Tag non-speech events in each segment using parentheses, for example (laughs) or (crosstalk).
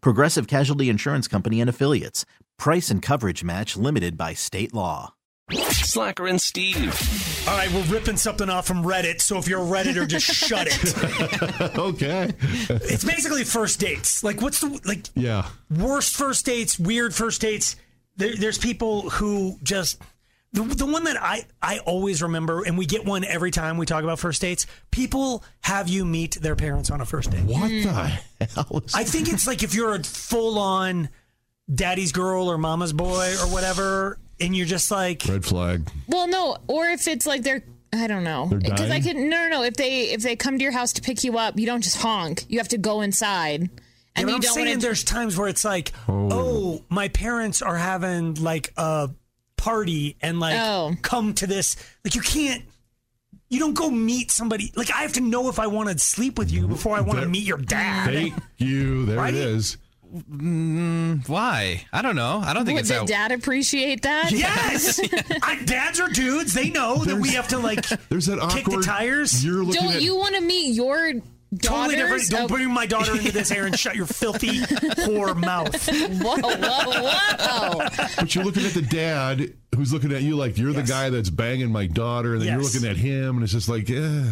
Progressive Casualty Insurance Company and Affiliates. Price and coverage match limited by state law. Slacker and Steve. All right, we're ripping something off from Reddit, so if you're a Redditor, just (laughs) shut (laughs) it. okay. It's basically first dates. Like, what's the like Yeah. worst first dates? Weird first dates. There, there's people who just the, the one that I I always remember, and we get one every time we talk about first dates. People have you meet their parents on a first date. What the hell is I think it's like if you're a full on daddy's girl or mama's boy or whatever, and you're just like. red flag? Well, no, or if it's like they're I don't know They're because I dying? could no no no if they if they come to your house to pick you up, you don't just honk. You have to go inside, Yeah, and but you I'm don't saying want to. there's times where it's like, oh. my parents are having like a party and like Oh. come to this. Like you can't, you don't go meet somebody. Like I have to know if I want to sleep with you before I want to There- meet your dad. (laughs) Thank you. There Right? it is. Mm, Why? I don't know. I don't think Would it's the that. dad appreciate that? (laughs) Yes, I, dads are dudes. They know that we have to like (laughs) There's that kick awkward. the tires. You're looking Don't at. you want to meet your daughters? Totally different. Don't bring my daughter into this, Aaron. Shut (laughs) your filthy whore mouth. Oh, whoa whoa whoa! But you're looking at the dad who's looking at you like you're Yes. the guy that's banging my daughter, and then Yes. you're looking at him, and it's just like, eh.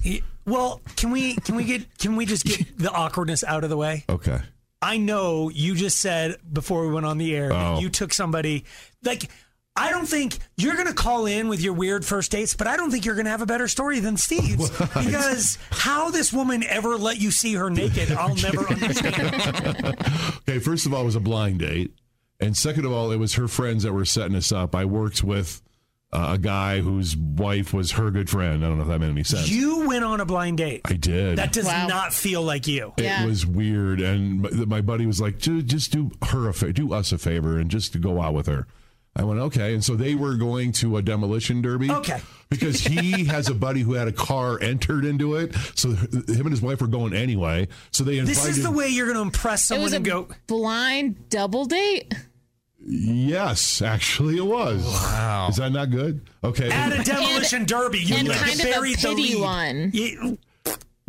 He- Well, can we can we get can we just get the awkwardness out of the way? Okay. I know you just said before we went on the air Oh. that you took somebody like I don't think you're going to call in with your weird first dates, but I don't think you're going to have a better story than Steve's (laughs) because how this woman ever let you see her (laughs) naked, I'll never understand. Okay. First of all, it was a blind date, and second of all, it was her friends that were setting us up. I worked with uh, a guy whose wife was her good friend. I don't know if that made any sense. you went on a blind date. I did. That does Wow. not feel like you. It Yeah. was weird, and my, my buddy was like, "Ju- "Just do her a fa- do us a favor, and just to go out with her." I went okay, and so they were going to a demolition derby. Okay. (laughs) because he has a buddy who had a car entered into it, so h- him and his wife were going anyway. So they invited. This is the way you're going to impress It someone was a and go, blind double date. yes, actually, it was. Wow, is that not good? Okay, at a demolition derby. You and like kind of a buried the pity lead. one. You-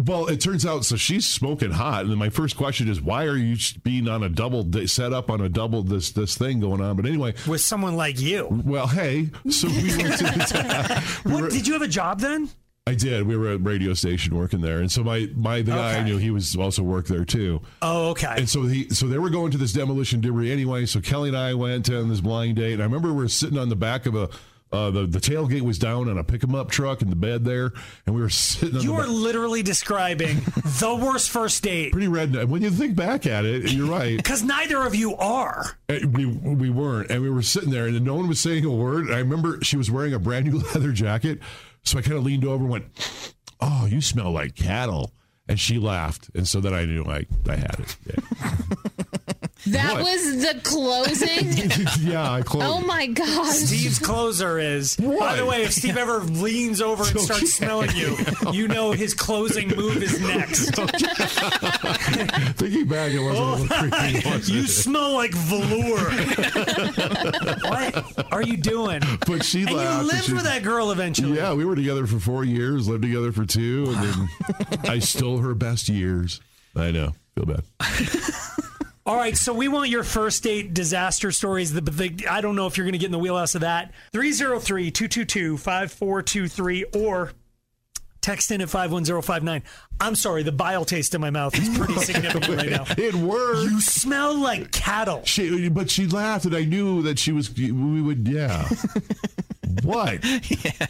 Well, it turns out so she's smoking hot, and then my first question is, why are you being on a double da- set up on a double this this thing going on? But anyway, with someone like you. well, hey, so (laughs) we went to we were- What did you have a job then? I did. We were at a radio station working there, and so my my the guy I Okay. knew he was also worked there too. Oh, okay. And so he so they were going to this demolition debris anyway. So Kelly and I went on this blind date, and I remember we were sitting on the back of a. Uh, the, the tailgate was down on a pick 'em up truck in the bed there, and we were (laughs) sitting on You the are back, literally describing the worst first date pretty redneck. When you think back at it, you're (laughs) right. because neither of you are. And Uh, we we weren't, and we were sitting there, and no one was saying a word. And I remember she was wearing a brand new (laughs) leather jacket, so I kind of leaned over and went, "Oh, you smell like cattle." And she laughed, and so then I knew I I had it. Yeah, That What? was the (laughs) closing. yeah I closed. oh my gosh! Steve's closer is. By the What? way, if Steve ever leans over and starts (laughs) smelling you, you know his closing move is next. Oh, Thinking back, it wasn't a little (laughs) creepy. Was You it? smell like velour. what are you doing? (laughs) but she And laughed. you and lived she- with that girl eventually. Yeah, we were together for four years, lived together for two, and then I stole her best years. I know, feel bad. All right, so we want your first date disaster stories. The, the, I don't know if you're going to get in the wheelhouse of that. 303 222 5423 or Text in at 51059. I'm sorry, the bile taste in my mouth is (laughs) (laughs) pretty significant right now. It worked. You smell like cattle. She, but she laughed, and I knew that she was. We (laughs) would, yeah. what? I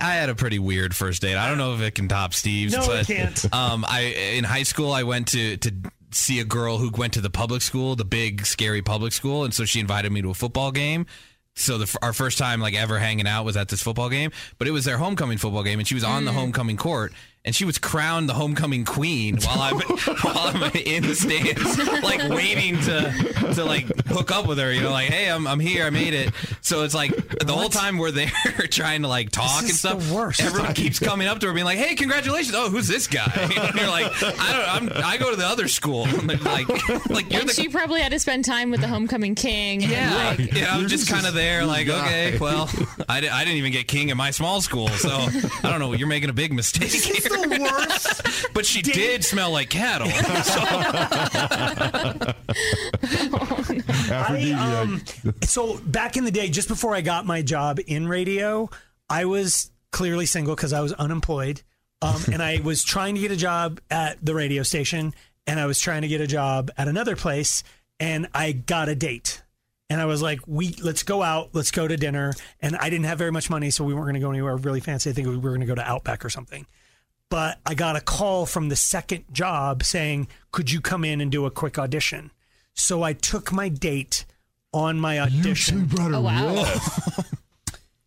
I had a pretty weird first date. I don't know if it can top Steve's. No, but, it can't. (laughs) Um, I in high school I went to to see a girl who went to the public school, the big scary public school, and so she invited me to a football game. So the, our first time like ever hanging out was at this football game, but it was their homecoming football game, and she was on Mm. the homecoming court. And she was crowned the homecoming (laughs) queen while I'm while I'm in the stands, (laughs) like waiting to to like hook up with her. You know, like, hey, I'm I'm here, I made it. So it's like the whole time we're there (laughs) trying to like talk This and is the stuff. worst. Everyone keeps coming up to her, being like, "Hey, congratulations! Oh, who's this guy?" (laughs) You know, and you're like, "I don't. I'm, I go to the other school." (laughs) And they're like, like you're And the she probably had to spend time with the homecoming king. yeah, Right. and I'm You're just just kind of this there, like, guy. okay, well, I, di- I didn't even get king in my small school, so I don't know. You're making a big mistake (laughs) It's here. the worst. But she did, smell like cattle. (laughs) Aphrodisiac. I, um, so back in the day, just before I got my job in radio, I was clearly single because I was unemployed, um, and I was trying to get a job at the radio station, and I was trying to get a job at another place, and I got a date. And I was like, "We let's go out, let's go to dinner." And I didn't have very much money, so we weren't going to go anywhere really fancy. I think we were going to go to Outback or something but I got a call from the second job saying, "Could you come in and do a quick audition?" So I took my date on my you two audition brought her Oh, wow. with.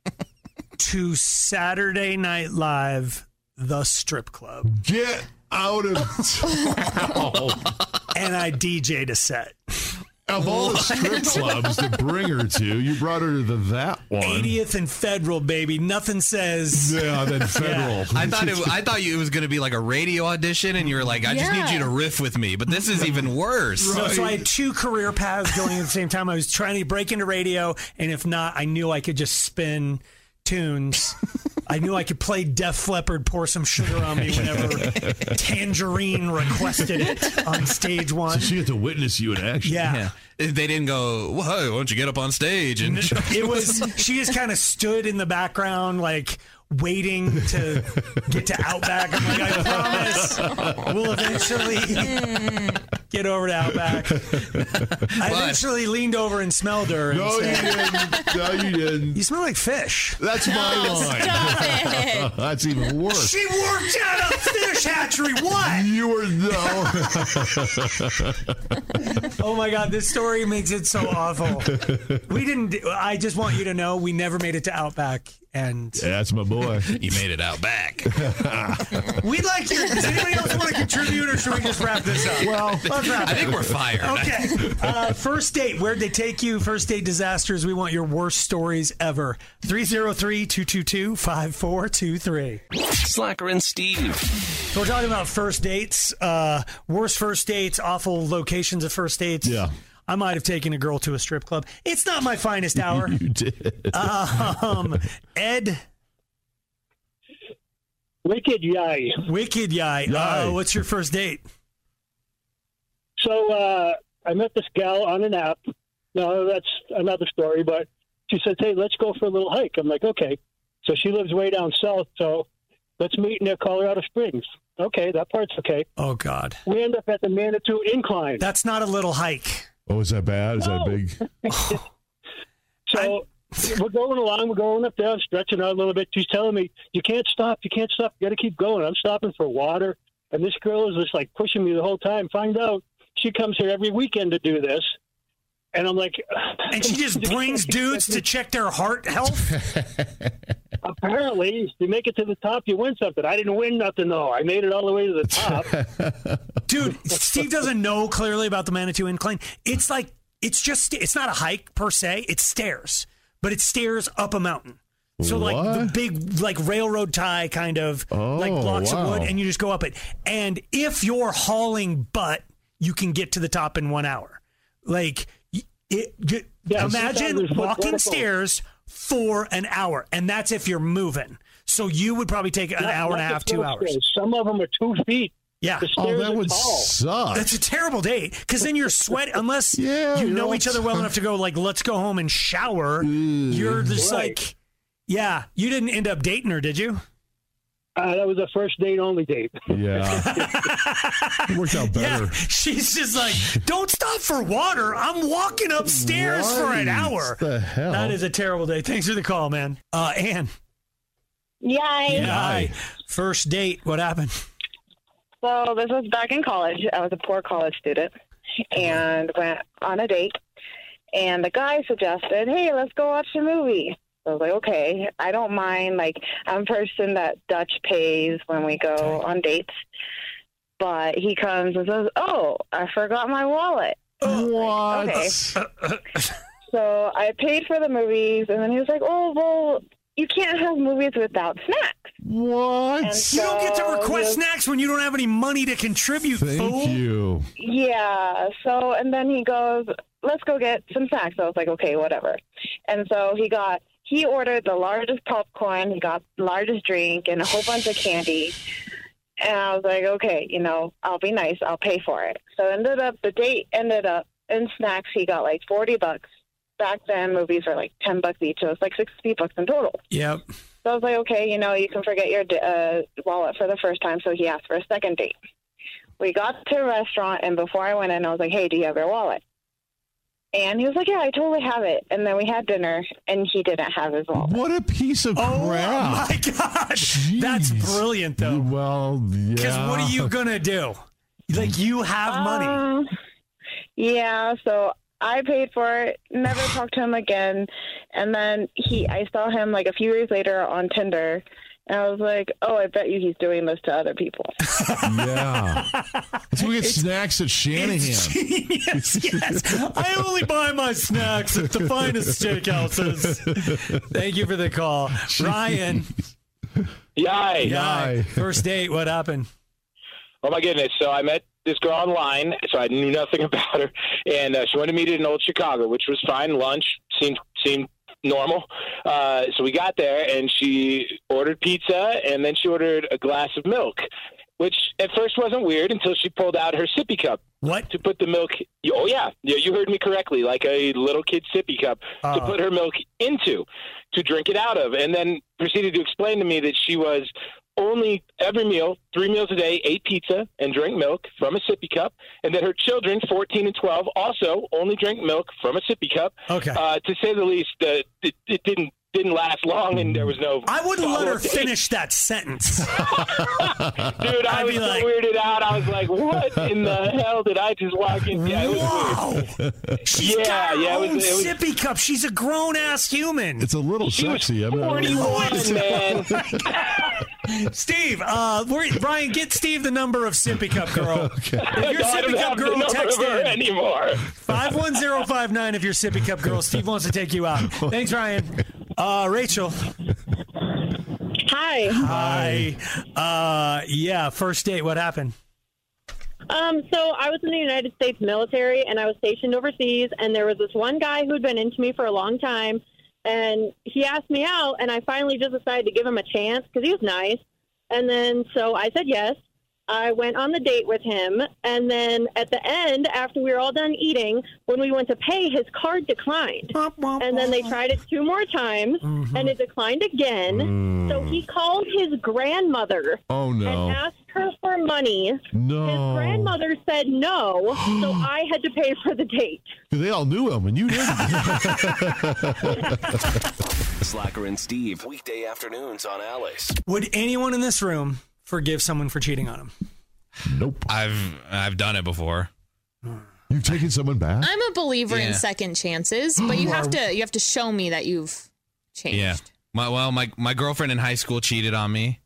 (laughs) to Saturday Night Live, the strip club, Get out of (laughs) and I DJ'd a set. of all the (laughs) strip clubs to bring her to. You brought her to the, that one. 80th and Federal, baby. Nothing says. Yeah, then federal. I thought it, I thought you, it was going to be like a radio audition, and you were like, I just need Yeah. you to riff with me. But this is even worse. No, so I had two career paths going at the same time. I was trying to break into radio, and if not, I knew I could just spin tunes. I knew I could play Def Leppard, "Pour Some Sugar on Me" whenever Tangerine requested it on stage one. she had to witness you in action. Yeah. Yeah. They didn't go, whoa, why don't you get up on stage? And It was she just kind of stood in the background like waiting to get to Outback. I'm like, I promise we'll eventually get over (laughs) to Outback. I eventually leaned over and smelled her and No, you said, didn't. No, you didn't. You smell like fish. That's my Stop it. line. That's even (laughs) worse. She worked at a fish hatchery. What? You were (laughs) no. Oh my God, this story makes it so awful. We didn't. do- I just want you to know we never made it to Outback. And That's my boy. you made it out (laughs) back. we'd like your. Does anybody else want to contribute or should we just wrap this up? Well, Let's wrap I it. think we're fired. Okay. Uh, first date. Where'd they take you? First date disasters. We want your worst stories ever. 303 222 5423. Slacker and Steve. So we're talking about first dates, uh, worst first dates, awful locations of first dates. Yeah. I might have taken a girl to a strip club. It's not my finest hour. you did. um, Ed, Wicked yay. wicked guy. Uh, Yay. what's your first date? So uh, I met this gal on an app. No, that's another story, but she says, hey, let's go for a little hike. I'm like, okay. So she lives way down south, so let's meet near Colorado Springs. Okay, that part's okay. Oh, God. We end up at the Manitou Incline. That's not a little hike. Oh, is that bad? Is that big? So we're going along, we're going up there, I'm stretching out a little bit. She's telling me, You can't stop, you can't stop, you gotta keep going. I'm stopping for water. And this girl is just like pushing me the whole time. Find out she comes here every weekend to do this. And I'm like And she just brings dudes to check their heart (laughs) health. Apparently, you make it to the top, you win something. I didn't win nothing though. I made it all the way to the top. dude steve doesn't know clearly about the manitou incline it's like it's just it's not a hike per se it's stairs but it's stairs up a mountain so like the What? big like railroad tie kind of like Oh, blocks of wood wow. and you just go up it and if you're hauling butt you can get to the top in one hour like y- it, y- Yeah, sometimes imagine it's walking vertical. stairs for an hour and that's if you're moving so you would probably take an Not- hour and a not half the two first hours day. Some of them are two feet. yeah The stairs Oh, that are would tall. suck. that's a terrible date because then you're sweat (laughs) unless Yeah, you you're know all each other well t- enough to go like let's go home and shower. You're just Mm. Right. like, yeah, you didn't end up dating her, did you? Uh, that was a first date only date. Yeah. (laughs) it worked out better. Yeah, (laughs) she's just like, don't stop for water. I'm walking upstairs for Right. an hour. The hell? That is a terrible day. Thanks for the call, man. Uh, Anne. Yay. Hi. First date. What happened? So this was back in college. I was a poor college student and went on a date. And the guy suggested, hey, let's go watch a movie. So I was like, okay, I don't mind. Like, I'm a person that Dutch pays when we go on dates. But he comes and says, oh, I forgot my wallet. Oh. What? Okay. (laughs) So I paid for the movies. And then he was like, oh, well, you can't have movies without snacks. And What? You don't get to so request he- snacks when you don't have any money to contribute, fool. Thank you. Yeah. So, and then he goes, let's go get some snacks. I was like, okay, whatever. And so he got, he ordered the largest popcorn, he got the largest drink, and a whole bunch of candy. And I was like, okay, you know, I'll be nice. I'll pay for it. So ended up, the date ended up in snacks. He got like 40 bucks. Back then, movies were like 10 bucks each. So it was like 60 bucks in total. Yep. So I was like, okay, you know, you can forget your uh, wallet for the first time. So he asked for a second date. We got to a restaurant, and before I went in, I was like, hey, do you have your wallet? And he was like, yeah, I totally have it. And then we had dinner, and he didn't have his wallet. What a piece of Oh crap. (laughs) my God. That's Jeez. brilliant, though. Well, yeah. Uh, Because what are you going to do? Like, you have money. Um, yeah, so I paid for it. (sighs) Never talked to him again. And then he, I saw him like a few years later on Tinder, and I was like, oh, I bet you he's doing this to other people. Yeah. Let's go get snacks at (laughs) It's Shanahan. genius, yes. I (laughs) only (laughs) buy my snacks at the finest steakhouses. Thank you for the call. Ryan. Yay. (laughs) Guy, Guy. First date, what happened? Oh, my goodness. So I met this girl online, so I knew nothing (laughs) about her. And uh, she wanted to meet in Old Chicago, which was fine. Lunch seemed, seemed normal. Uh, so we got there, and she ordered pizza, and then she ordered a glass of milk, which at first wasn't weird until she pulled out her sippy cup What? to put the milk. Oh yeah, yeah, you heard me correctly. Like a little kid sippy cup to Uh. put her milk into, to drink it out of, and then proceeded to explain to me that she was only every meal, three meals a day, ate pizza and drank milk from a sippy cup, and that her children, fourteen and twelve, also only drank milk from a sippy cup. Okay. Uh, to say the least, uh, it, it didn't didn't last long, and there was no. I wouldn't let her follow-up date. finish that (laughs) sentence. Dude, I I'd was be so like- weirded out. I was like, "What in (laughs) the hell did I just walk into?" Yeah, it was weird. Wow. She's (laughs) Yeah, got her yeah, it was- it own was- sippy cup. She's a grown ass human. It's a little She was sexy. I mean, (laughs) 41, man. (laughs) Steve, uh, we Ryan, get Steve the number of sippy cup (laughs) girl. If you're No, I don't sippy cup have the girl, number text of her in. anymore. 51059 if you're sippy cup girl. Steve wants to take (laughs) you out. Thanks, Ryan. Uh, Rachel. Hi. Hi. Uh, yeah, first date. What happened? (laughs) Um, so I was in the United States military and I was stationed overseas and there was this one guy who'd been into me for a long time and he asked me out and I finally just decided to give him a chance because he was nice. And then so I said yes. I went on the date with him and then at the end after we were all done eating, when we went to pay his card declined. And then they tried it two more times Mm-hmm. and it declined again. So he called his grandmother Mm. Oh, no. and asked her for money. His No. grandmother said no, so I had to pay for the (laughs) date. They all knew him, (laughs) and you didn't. Slacker and Steve, weekday afternoons on Alice. (laughs) Would anyone in this room forgive someone for cheating on them? nope. I've I've done it before. You've taken someone back? I'm a believer Yeah. in second chances, but you have to you have to show me that you've changed. Yeah. My well, my my girlfriend in high school cheated on me.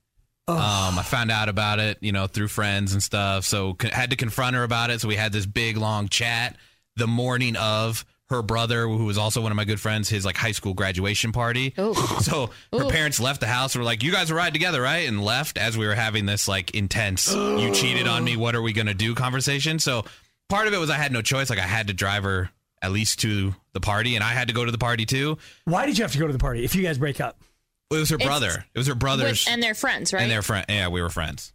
Um, I found out about it, you know, through friends and stuff. So c- had to confront her about it. So we had this big long chat the morning of her brother, who was also one of my good friends, his like high school graduation party. (laughs) So her parents left the house. and Were like, "You guys were riding together, right?" And left as we were having this like intense, "You cheated on me. What are we gonna do?" conversation. So part of it was I had no choice. Like I had to drive her at least to the party, and I had to go to the party too. Why did you have to go to the party if you guys break (laughs) up? It was her It's- brother. It was her brother's With, and they're friends, right? and their friend. Yeah, we were friends.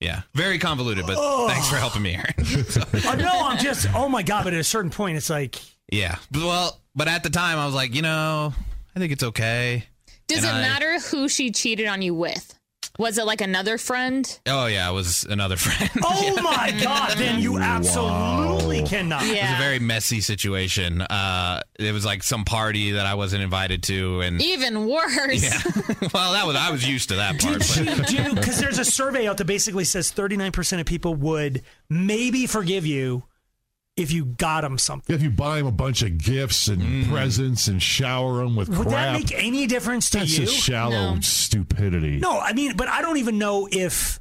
Yeah, very convoluted, but thanks for helping me, Aaron. Oh, no, I'm just, oh my God, but at a certain point, it's like, (laughs) yeah, But- well, but at the time I was like, you know, I think it's okay. Does it and I- matter who she cheated on you with? Was it like another friend? Oh yeah, it was another (laughs) friend. Oh my God! Then you absolutely cannot. It was a very messy situation. Uh, it was like some party that I wasn't invited to, and Even worse. yeah. (laughs) well, that was I was used to that part. Did she but- do? Because there's a survey out that basically says 39% of people would maybe forgive you if you got them something. If you buy him a bunch of gifts and presents and shower him with Mm. Would that crap, make any difference to that's you? just shallow stupidity. No, I mean, but I don't even know if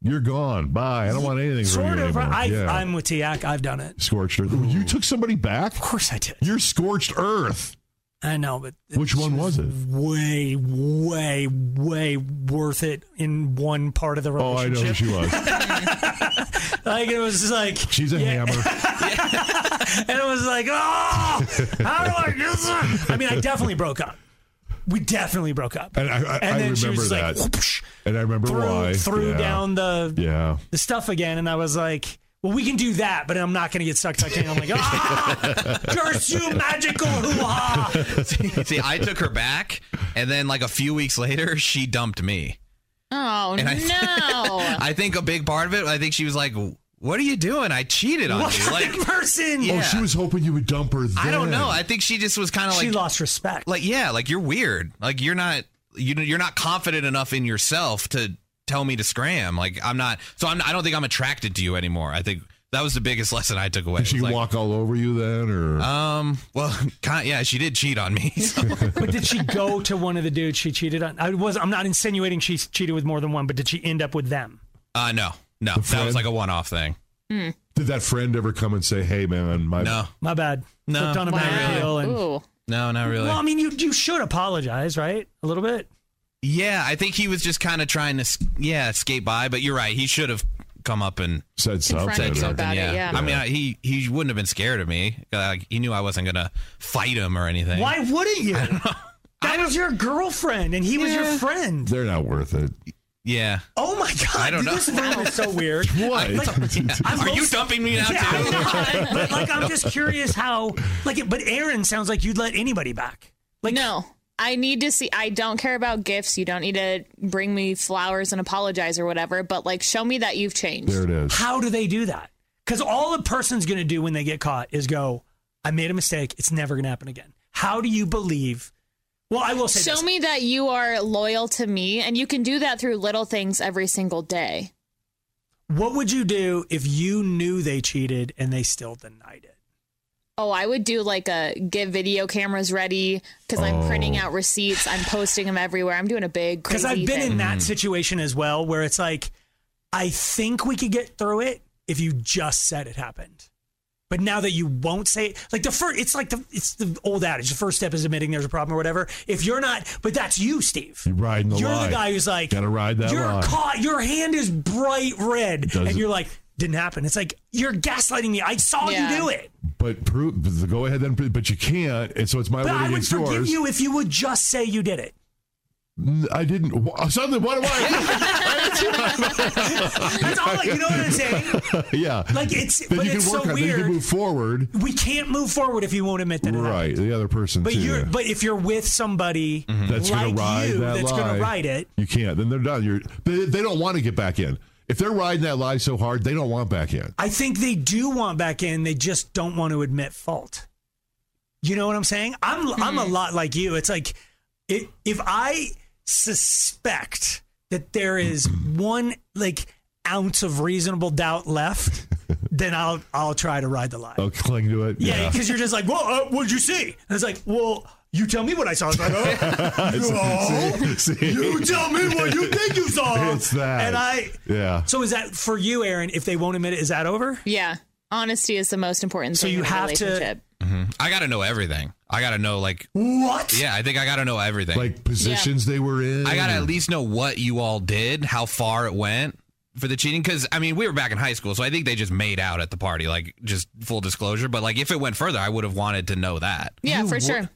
You're gone. Bye. I don't want anything from sort you of. anymore. I, Yeah. I'm with Tiak. I've done it. scorched earth. You took somebody back? Of course I did. You're scorched (laughs) earth. I know, but Which one was it? way, way, way worth it in one part of the Oh, I know who relationship. she was. (laughs) like it was just like She's a hammer. and it was like, oh, how do I do this? I mean, I definitely broke up. We definitely broke up. And I, I, I then remember she was that. like, whoopsh, and I remember (laughs) threw, why. threw Yeah. down the Yeah. the stuff again, and I was like, well, we can do that, but I'm not going to get sucked back in. I'm like, ah, curse you, (laughs) magical hoo ha. See, I took her back, and then like a few weeks later, she dumped me. Oh And I, no. (laughs) I think a big part of it, I think she was like, "What are you doing? I cheated on What you." Like, kind of person? Yeah. Oh, she was hoping you would dump her. Then. I don't know. I think she just was kind of She like, lost respect. like yeah, like you're weird. Like you're not you know you're not confident enough in yourself to tell me to scram. Like I'm not. So I'm. I don't think I'm attracted to you anymore. I think that was the biggest (laughs) lesson I took away. Did she It's like, walk all over you then, or um. Well, (laughs) kind yeah, she did cheat on me. (laughs) so- (laughs) But did she go to one of the dudes she cheated on? I was. I'm not insinuating she cheated with more than one, but did she end up with them? uh, no, no, The that friend? was like a one-off thing. did that friend ever come and say, "Hey, man, my No, My bad. No, Slipped on a not bad really. deal and- Ooh. no, not really. Well, I mean, you you should apologize, right? A little bit. Yeah, I think he was just kind of trying to, s- yeah, skate by. But you're right; he should have come up and said something"? Confronted said you or- something. about it, Yeah. yeah. I mean, I, he he wouldn't have been scared of me. Like, he knew I wasn't gonna fight him or anything. Why (laughs) wouldn't you? That was your girlfriend, and he was your friend. They're not worth it. Yeah. Oh my god! I don't know. This room is so weird. (laughs) What? I'm Are you most- dumping me now Yeah, too? I'm not. But like, I'm just curious how. Like, it- but Aaron sounds like you'd let anybody back. Like, no. I need to see. I don't care about gifts. You don't need to bring me flowers and apologize or whatever, but like show me that you've changed. there it is. How do they do that? Because all the person's going to do when they get caught is go, "I made a mistake. It's never going to happen again." How do you believe? Well, I will say Show this. me that you are loyal to me, and you can do that through little things every single day. What would you do if you knew they cheated and they still denied it? Oh, I would do like a get video cameras ready because I'm printing Oh. out receipts. I'm posting them everywhere. I'm doing a big Because crazy I've been thing. in that Mm. situation as well, where it's like, I think we could get through it if you just said it happened. But now that you won't say it, like the first, it's like the it's the old adage: the first step is admitting there's a problem or whatever. If you're not, but that's you, Steve. You're riding the You're line. the guy who's like, Gotta ride that You're line. caught. Your hand is bright red, Doesn't- and you're like, didn't happen. It's like you're gaslighting me. I saw Yeah. you do it. But prove, go ahead then. But you can't, and so it's my But word I would against forgive yours. you if you would just say you did it. N- I didn't. wh- uh, Something. What am I? (laughs) That's all. Like, you know what I'm saying? (laughs) yeah. Like it's, then but you it's can work so on. it. Then you weird. can move forward. we can't move forward if you won't admit that. it Right. happened. The other person. But too. Mm-hmm. you're but if you're with somebody That's like gonna ride you that that's lie. gonna ride it. You can't. Then they're done. You're. They, they don't want to get back in. If they're riding that lie so hard, they don't want back in. I think they do want back in. They just don't want to admit fault. You know what I'm saying? I'm I'm a lot like you. It's like i if I suspect that there is one like ounce of reasonable (laughs) doubt left, then I'll I'll try to ride the lie. They'll cling to it. Yeah, because you're just like, well, uh, what'd you see? And it's like, well, you tell me what I saw. It's (laughs) like, oh, no, See? See? you tell me what you think you (laughs) saw. It's that. And I. Yeah. So is that for you, Aaron? If they won't admit it, is that over? Yeah, honesty is the most important So thing. you in a have to- relationship. Mm-hmm. I gotta know everything. I gotta know like, What? yeah, I think I gotta know everything. Like positions they were in. I gotta at least know what you all did, how far it went for the cheating. Because I mean, we were back in high school, so I think they just made out at the party. Like, just full disclosure. But like, if it went further, I would have wanted to know that. Yeah, for would- sure.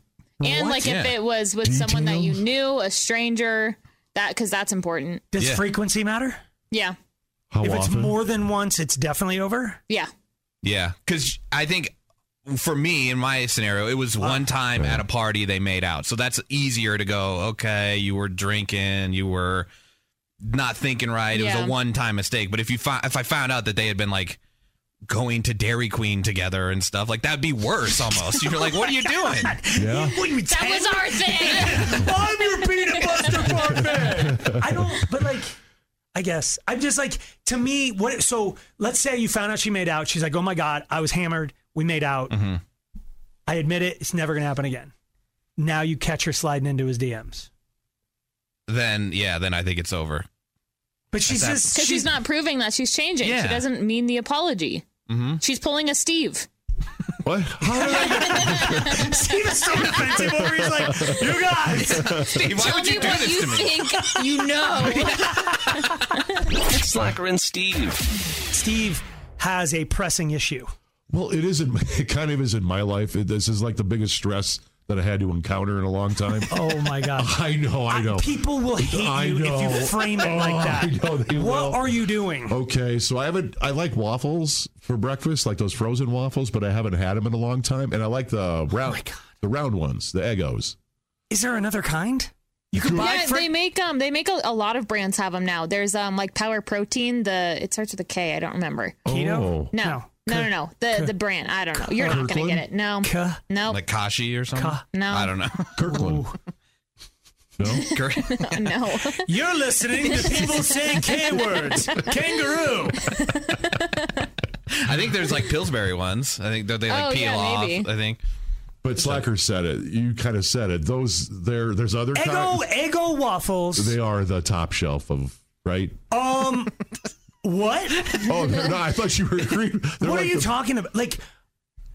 And What? like Yeah. if it was with someone that you knew, a stranger, that because that's important. Does Yeah. frequency matter? Yeah, How if it's often? more than once, it's definitely over. (laughs) yeah. Yeah, because I think for me in my scenario, it was one time at a party they made out, so that's easier to go. Okay, you were drinking, you were not thinking right. It was Yeah. a one time mistake. But if you fi- if I found out that they had been like going to Dairy Queen together and stuff, like that'd be worse almost. You're like, what (laughs) (laughs) are you Oh doing? Yeah. Oh That was our thing. (laughs) I'm your peanut butter partner. I don't, but like, I guess I'm just like to me. What? So let's say you found out she made out. She's like, oh my god, I was hammered. We made out. I admit it. It's never gonna happen again. Now you catch her sliding into his DMs. Then yeah, then I think it's over. But she's That's- just Because she's not proving that she's changing. Yeah. Hmm? She doesn't mean the apology. Mm-hmm. She's pulling a Steve. (laughs) (laughs) What? How did I get Steve is so defensive over. He's like, you guys. (laughs) Steve, why would you do this to me? think you (laughs) know. Slacker and Steve. Steve has a pressing issue. Well, it is. In, (laughs) it kind of is in my life. It, this is like the biggest stress that I had to encounter in a long time. (laughs) Oh my god. (laughs) I know. I know. People will hate I you if know. you frame it Oh, like that. I know they what will. are you doing? Okay, so I haven't. I like waffles for breakfast, like those frozen waffles, but I haven't had them in a long time. And I like the round, the round ones, the Eggos. Oh Is there another kind? You can buy Yeah, fr- they make um they make a, a lot of brands have them now. There's um like Power Protein. The it starts with a K. I don't remember. Keto? Oh, No, No. no, no, no. The the brand. I don't know. You're not gonna Kirkland? get it. No, K- no, Like Kashi or something? Ka- Oh. No. I don't (laughs) know. Kirkland. No, Cur- (laughs) no. (laughs) You're listening to people say K (laughs) words. Kangaroo. I think there's like Pillsbury ones. I think that they like Oh, peel yeah, off. maybe. I think. but Slacker said it. You kind of said it. Those there. There's other. Eggo, kind- Eggo waffles. They are the top shelf of right. Um, what? (laughs) Oh they're not. I thought you were agreeing. They're What are like you the- talking about? Like,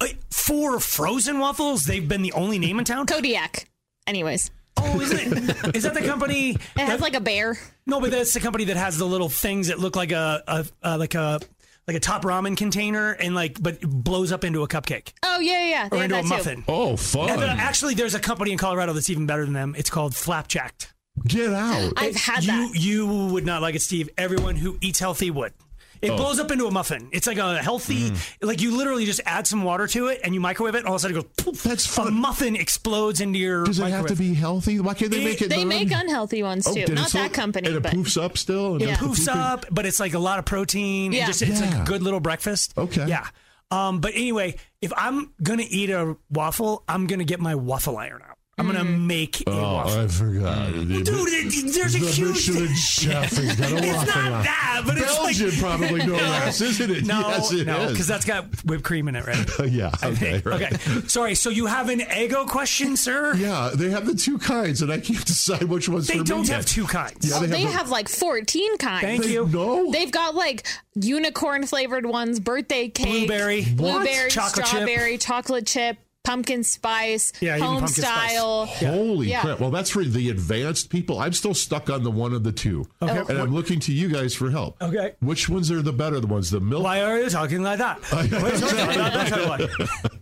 uh, for frozen waffles, they've been the only name in town. Kodiak. Anyways, Oh, (laughs) is it? Is that the company? it has that- like a bear. no, but that's the company that has the little things that look like a, a, a like a like a top ramen container and like but it blows up into a cupcake Oh yeah, yeah, yeah. They or have into a that too. muffin. Oh, And then uh, fun! actually, there's a company in Colorado that's even better than them. It's called Flapjacked. Get out. I've had you, that. You would not like it, Steve. Everyone who eats healthy would. It Oh. blows up into a muffin. It's like a healthy, Mm. like you literally just add some water to it and you microwave it, and all of a sudden it goes. Poof, That's a fun. muffin explodes into your. Does it microwave. have to be healthy? Why can't they It- make it? They non- make unhealthy ones Oh, too. did it Not so- that company, And it but poofs up still. And Yeah. it's poofs pooping? up, but it's like a lot of protein. Yeah. Yeah. just it's like Yeah. a good little breakfast. Okay. Yeah. Um, but anyway, if I'm gonna eat a waffle, I'm gonna get my waffle iron out. I'm gonna make a Oh, waffle. I forgot. Dude, it- there's a the huge. Michelin chef has got a (laughs) It's waffle not iron. that, but it's like Belgian (laughs) probably no less, isn't it? No, yes, it no, is. because that's got whipped cream in it, (laughs) right? yeah. Okay. Right. Okay. Sorry. So you have an Eggo question, sir? Yeah, they have the two kinds, and I can't (laughs) decide which one's for They me don't yet. have two kinds. Yeah, Oh, they, they have, have like 14 kinds. Thank the, you. No, They've got like unicorn flavored ones, birthday cake, Blueberry. What? blueberry, Chocolate chip. strawberry, chocolate chip, pumpkin spice, Yeah, even home pumpkin spice. style. Holy Yeah. crap! Well, that's for the advanced people. I'm still stuck on the one of the two, Okay. and I'm looking to you guys for help. Okay. Which ones are the better? The ones the milk? Why are you talking like that? What are you talking about? That's how I like.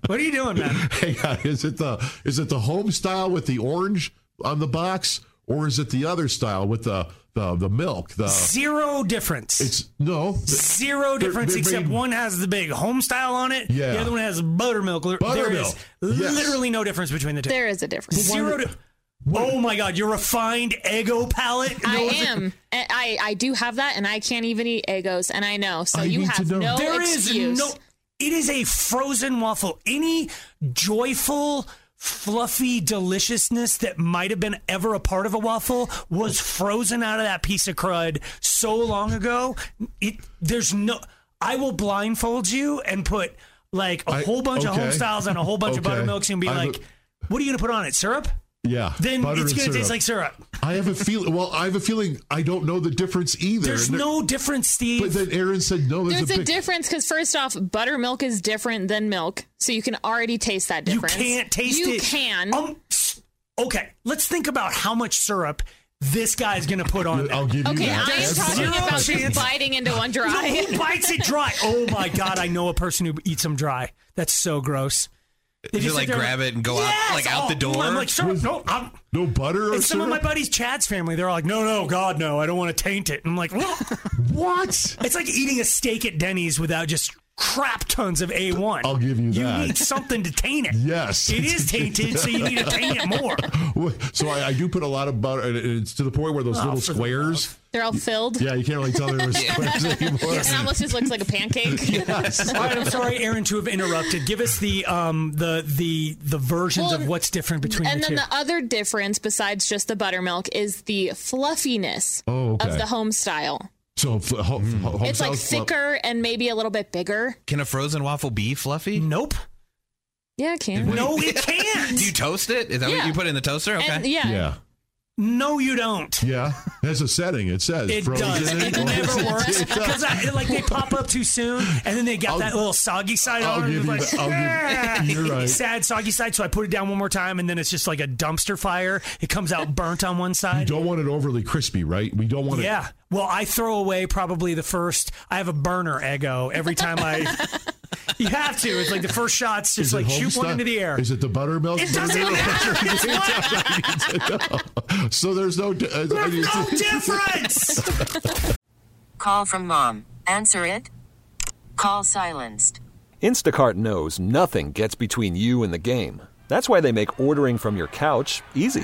What are you (laughs) doing, man? Hang on, uh, is it the is it the home style with the orange on the box, or is it the other style with the the, the milk? The Zero difference. it's no the- Zero They're- difference, they're except being- one has the big home style on it. Yeah. The other one has buttermilk. There- Buttermilk. There is Yes. literally no difference between the two. There is a difference. Zero. Di- oh my God! Your refined Eggo palate. I knows- am. I, I I do have that, and I can't even eat egos, and I know. So I you need to have know. no There is excuse. no. It is a frozen waffle. Any joyful, fluffy deliciousness that might have been ever a part of a waffle was frozen out of that piece of crud so long ago. It there's no. I will blindfold you and put like a I- whole bunch of okay. home styles and a whole bunch of Okay. buttermilks and be I like, look- "What are you gonna put on it? Syrup?" yeah. Then butter it's and gonna taste syrup. like syrup. I have a feeling. Well, I have a feeling I don't know the difference either. There's And there- no difference, Steve. But then Aaron said no. There's, There's a, a big, difference because first off, buttermilk is different than milk, so you can already taste that You difference. can't taste You it. can. Um, psst. okay, let's think about how much syrup this guy's going to put on. I'll give you okay, that. I am There's talking zero about chance. just biting into one No, dry. who bites it (laughs) dry? Oh my god, I know a person who eats them dry. That's so gross. They You just sit like there- grab it and go Yes! out like out Oh, the door. I'm like, syrup. No, I'm. no butter or And some of my syrup. buddies, Chad's family, they're all like, no, no, God, no, I don't want to taint it. And I'm like, well, (laughs) what? it's like eating a steak at Denny's without just crap tons of A1. I'll give you that. You need something to taint it. Yes. It is tainted, so you need to taint (laughs) it more. So I, I do put a lot of butter, and it's to the point where those Oh, little for the squares. They're all filled. Yeah, you can't really tell (laughs) (laughs) there was squares anymore. Yes, it almost just looks like a (laughs) pancake. All right, I'm sorry, Aaron, to have interrupted. Give us the um the the the versions Well, of what's different between And the then two. the other difference besides just the buttermilk is the fluffiness Oh, okay. of the home style. So f- ho- ho- home it's like style's fluff- thicker and maybe a little bit bigger. Hmm. Can a frozen waffle be fluffy? Nope. Yeah, it can. No, it (laughs) can't. Do you toast it? Is that Yeah. what you put in the toaster? Okay. And- yeah. Yeah. uh, No, you don't. Yeah. That's a setting. It says It frozen does. in (laughs) It glass. never works It does. because like they pop up too soon, and then they got I'll- that little soggy side I'll on. it, give and you like, the- I'll (laughs) give- (laughs) you're right. Sad soggy side. So I put it down one more time, and then it's just like a dumpster fire. It comes out burnt on one You side. don't want it overly crispy, right? We don't want it. Yeah. Well, I throw away probably the first. I have a burner ego every time I. (laughs) you have to. It's like the first shots, just Is it like home shoot style? one into the air. Is it the buttermilk? It doesn't matter. (laughs) It's so there's no. di- uh, I need (laughs) There's no to- difference. Call from mom. Answer it. Call silenced. Instacart knows nothing gets between you and the game. That's why they make ordering from your couch easy.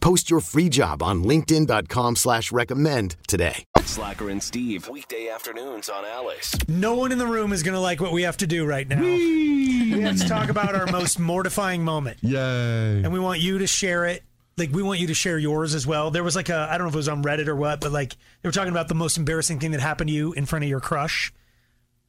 Post your free job on linkedin.com/recommend slash recommend today. Slacker and Steve, weekday afternoons on Alice. No one in the room is going to like what we have to do right now. Let's talk about our most mortifying moment. Yay. And we want you to share it. Like, we want you to share yours as well. There was like a, I don't know if it was on Reddit or what, but like, they were talking about the most embarrassing thing that happened to you in front of your crush.